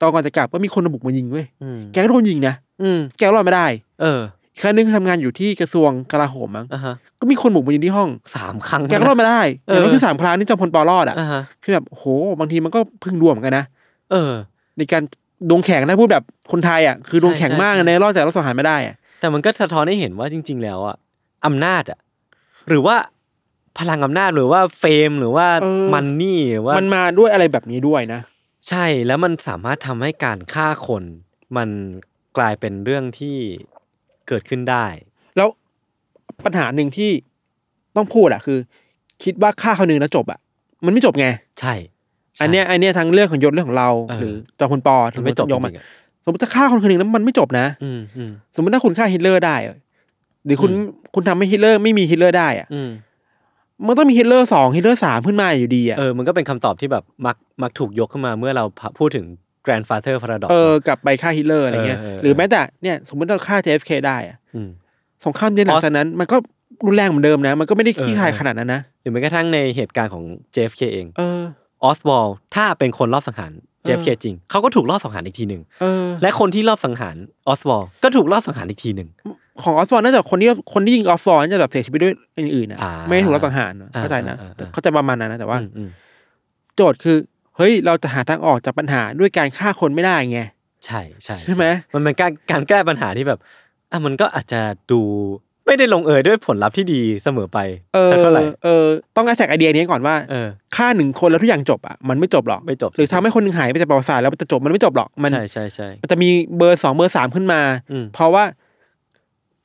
C: ตอนก่อนจะกลับก็มีคนมาบุกมายิงเว้ย
B: อืม
C: แกก็โดนยิงนะ
B: อืม
C: แกรอดไม่ได้
B: เออ
C: อีกครั้งหนึงทำงานอยู่ที่กระทรวงกลาโหมมั้ง
B: อ่ะฮะ
C: ก็มีคนบุกมายิงที่ห้อง
B: สามครั้ง
C: แกก็รอดมาได้
B: เออ
C: แต่ก็คือสามครั้งนี่จอมพลปอรอดอ่ะ
B: อ่ะฮะ
C: คือแบบโหบางทีมันก็เพึ่งรวมอนกันนะ
B: เออ
C: ในการดวงแข็งนะพูดแบบคนไทยอ่ะคือดวงแข็งมาก
B: ใช่ใช่
C: ในรอดจากรัฐประหารไม่ได้อ่ะ
B: แต่มันก็สะท้อนให้เห็นว่าจริง ๆ แล้วอะอำนาจอะหรือว่าพลังอำนาจหรือว่าเฟมหรือว่ามันนี่หรือว่า
C: มันมาด้วยอะไรแบบนี้ด้วยนะ
B: ใช่แล้วมันสามารถทำให้การฆ่าคน มันกลายเป็นเรื่องที่เกิดขึ้นได้
C: แล้วปัญหาหนึ่งที่ต้องพูดอ่ะคือ คิดว่าฆ่าคนหนึ่งแล้วจบอ่ะ มันไม่จบไง
B: ใช่ใช่
C: อันเนี้ยอันเนี้ยทั้งเรื่องของยศเรื่องของเรา
B: เออ
C: หรือจอมพลปอ
B: มันไม่จบ
C: ย
B: จ
C: กมา
B: ริงๆอะ
C: สมมติถ้าฆ่าคนคนหนึ่งแล้วมันไม่จบนะ
B: อืมอืม
C: สมมติถ้าคุณฆ่าฮิตเลอร์ได้อะหรือคุณ
B: อืม
C: คุณทำให้ฮิตเลอร์ไม่มีฮิตเลอร์ได้อะ
B: อืม
C: มันต้องมีฮิตเลอร์สองฮิตเลอร์สามขึ้นมาอยู่ดีอะ
B: เออ มันก็เป็นคำตอบที่แบบมักมักถูกยกขึ้นมาเมื่อเราพะพูดถึง grandfather paradox
C: เออกลับไปฆ่าฮิตเลอร์อะไรเงี้ย
B: เออเออ
C: หรือแม้แต่เนี่ยสมมติเราฆ่า JFK ได้อะ
B: อืม
C: สงครามเย็นหลังจากนั้น มันก็รุนแรงเหมือนเดิมนะ มันก็ไม่ได้ขี้คาย
B: เออ
C: ขนาดนั้นนะ
B: หรือแม้กระทั่งในเหตุการณ์ของ JFK เอง
C: เออ
B: ออสบอลถ้าเป็นคนรอบสังหาร JFK จริงเขาก็ถูกรอบสังหารอีกทีหนึ่ง
C: เออ
B: และคนที่รอบสังหารออสบอลก็ถูกรอบสังหารอีกทีหนึ่ง
C: ของออสฟอร์ดน่าจะคนที่คนที่ยิงออสฟอร์ดน่าจะแบบเสียชีวิตด้วยอย่างอื่นนะ
B: อ่า
C: ไม่ได้ถูกรับสังหารนะ
B: อ่า
C: เข้าใจนะ
B: อ่าอ่าอ่า
C: เข้าใจประมาณนั้นนะแต่ว่า
B: อืมอืม
C: โจทย์คือ เฮ้ย เราจะหาทางออกจากปัญหาด้วยการฆ่าคนไม่ได้ไง
B: ใช่ใช่
C: ใช่ไหม
B: มันเป็นการการแก้ปัญหาที่แบบอ่ะมันก็อาจจะดูไม่ได้ลงเอยด้วยผลลัพธ์ที่ดีเสมอไป
C: เออ
B: สักเท่าไหร่
C: เออต้องอาศัยไอเดียนี้ก่อนว่า
B: เออ
C: ฆ่าหนึ่งคนแล้วทุกอย่างจบอ่ะมันไม่จบหรอก
B: ไม่จบ
C: หรือทำให้คนหนึ่งหายไปจากประวัติศาสตร์แล้วมันจะจบมันไม่จบหรอกมัน
B: ใช่ใช่ใช่
C: มันจะมีเบอร์สองเบอร์สามขึ้นมา
B: อืม
C: เพราะว่า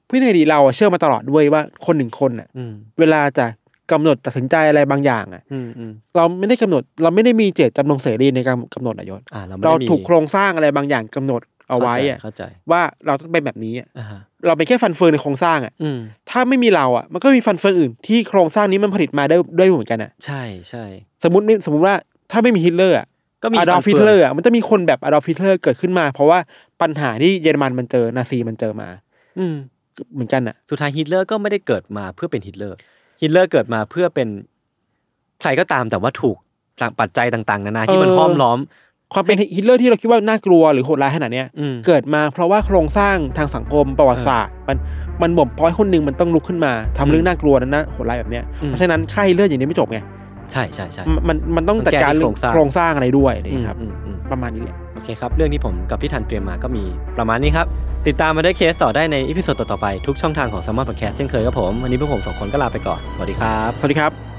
C: พี่ในดีเราอะเชื่อมาตลอดด้วยว่าคนหนึ่งคนอ่ะ
B: อืม
C: เวลาจะกำหนดตัดสินใจอะไรบางอย่างอ่ะ
B: อืมอืม
C: เราไม่ได้กำหนด เราไม่ได้มีเจตจำนงเสรีในการกำหนดนายศ
B: อ่าเราไม่
C: เรา
B: ได้มี
C: ถูกโครงสร้างอะไรบางอย่างกำหนดเอาไว้อะ
B: เข้าใจ
C: ว่าเราต้องเป็นแบบนี้อะ
B: เข้าใจอ่าฮะ
C: เราเป็นแค่ฟันเฟืองในโครงสร้างอ่ะ
B: อืม
C: ถ้าไม่มีเราอ่ะมันก็มีฟันเฟืองอื่นที่โครงสร้างนี้มันผลิตมาได้ด้วยเหมือนกันอ่ะ
B: ใช่ใช่
C: สมมติไม่สมมติว่าถ้าไม่มีฮิตเลอร์อ่ะ
B: ก็มี
C: อดอล์ฟ
B: ฟัน
C: ฮิ
B: เฟื
C: ต
B: อง
C: เลอร์อ่ะมันจะมีคนแบบอดอล์ฟฮิตเลอร์เกิดขึ้นมา เพราะว่าปัญหาที่เยอรมันมันเจอนาซีมันเจอมา
B: อืม
C: เหมือนกันอ่ะ
B: สุดท้ายฮิตเลอร์ก็ไม่ได้เกิดมาเพื่อเป็นฮิตเลอร์ฮิตเลอร์เกิดมาเพื่อเป็นใครก็ตามแต่ว่าถูกปัจจัยต่างๆนานาที่มัน
C: เออ
B: ห้อมล้อม
C: ความเป็นฮิตเลอร์ที่เราคิดว่าน่ากลัวหรือโหดร้ายขนาดเนี้ย
B: อืม
C: เกิดมาเพราะว่าโครงสร้างทางสังคมประวัติศาสตร์มันมันบ่มเพาะให้คนหนึงมันต้องลุกขึ้นมาทำเรื่องน่ากลัวนั้นนะโหดร้ายแบบเนี้ย
B: อืม
C: เพราะฉะนั้นค่าฮิตเลอร์อย่างนี้ไม่จบไง
B: ใช่ใช่ใช่
C: มันมันต้องจัดการ
B: มันแก้ที่โครงสร้าง
C: โครงสร้างอะไรด้วยอะไรอย่างเงี้ยครับ
B: อืมอืมอืม
C: ประมาณนี้แหละ
B: โอเคครับ เรื่องที่ผมกับพี่ทันเตรียมมาก็มีประมาณนี้ครับ ติดตามมาได้เคสต่อได้ในอีพิโซดต่อๆไป ทุกช่องทางของ s ซ m มอนพอดแคสต์เช่นเคยครับผม วันนี้พวกผมสองคนก็ลาไปก่อน สวัสดีครับ
C: สวัสดีครับ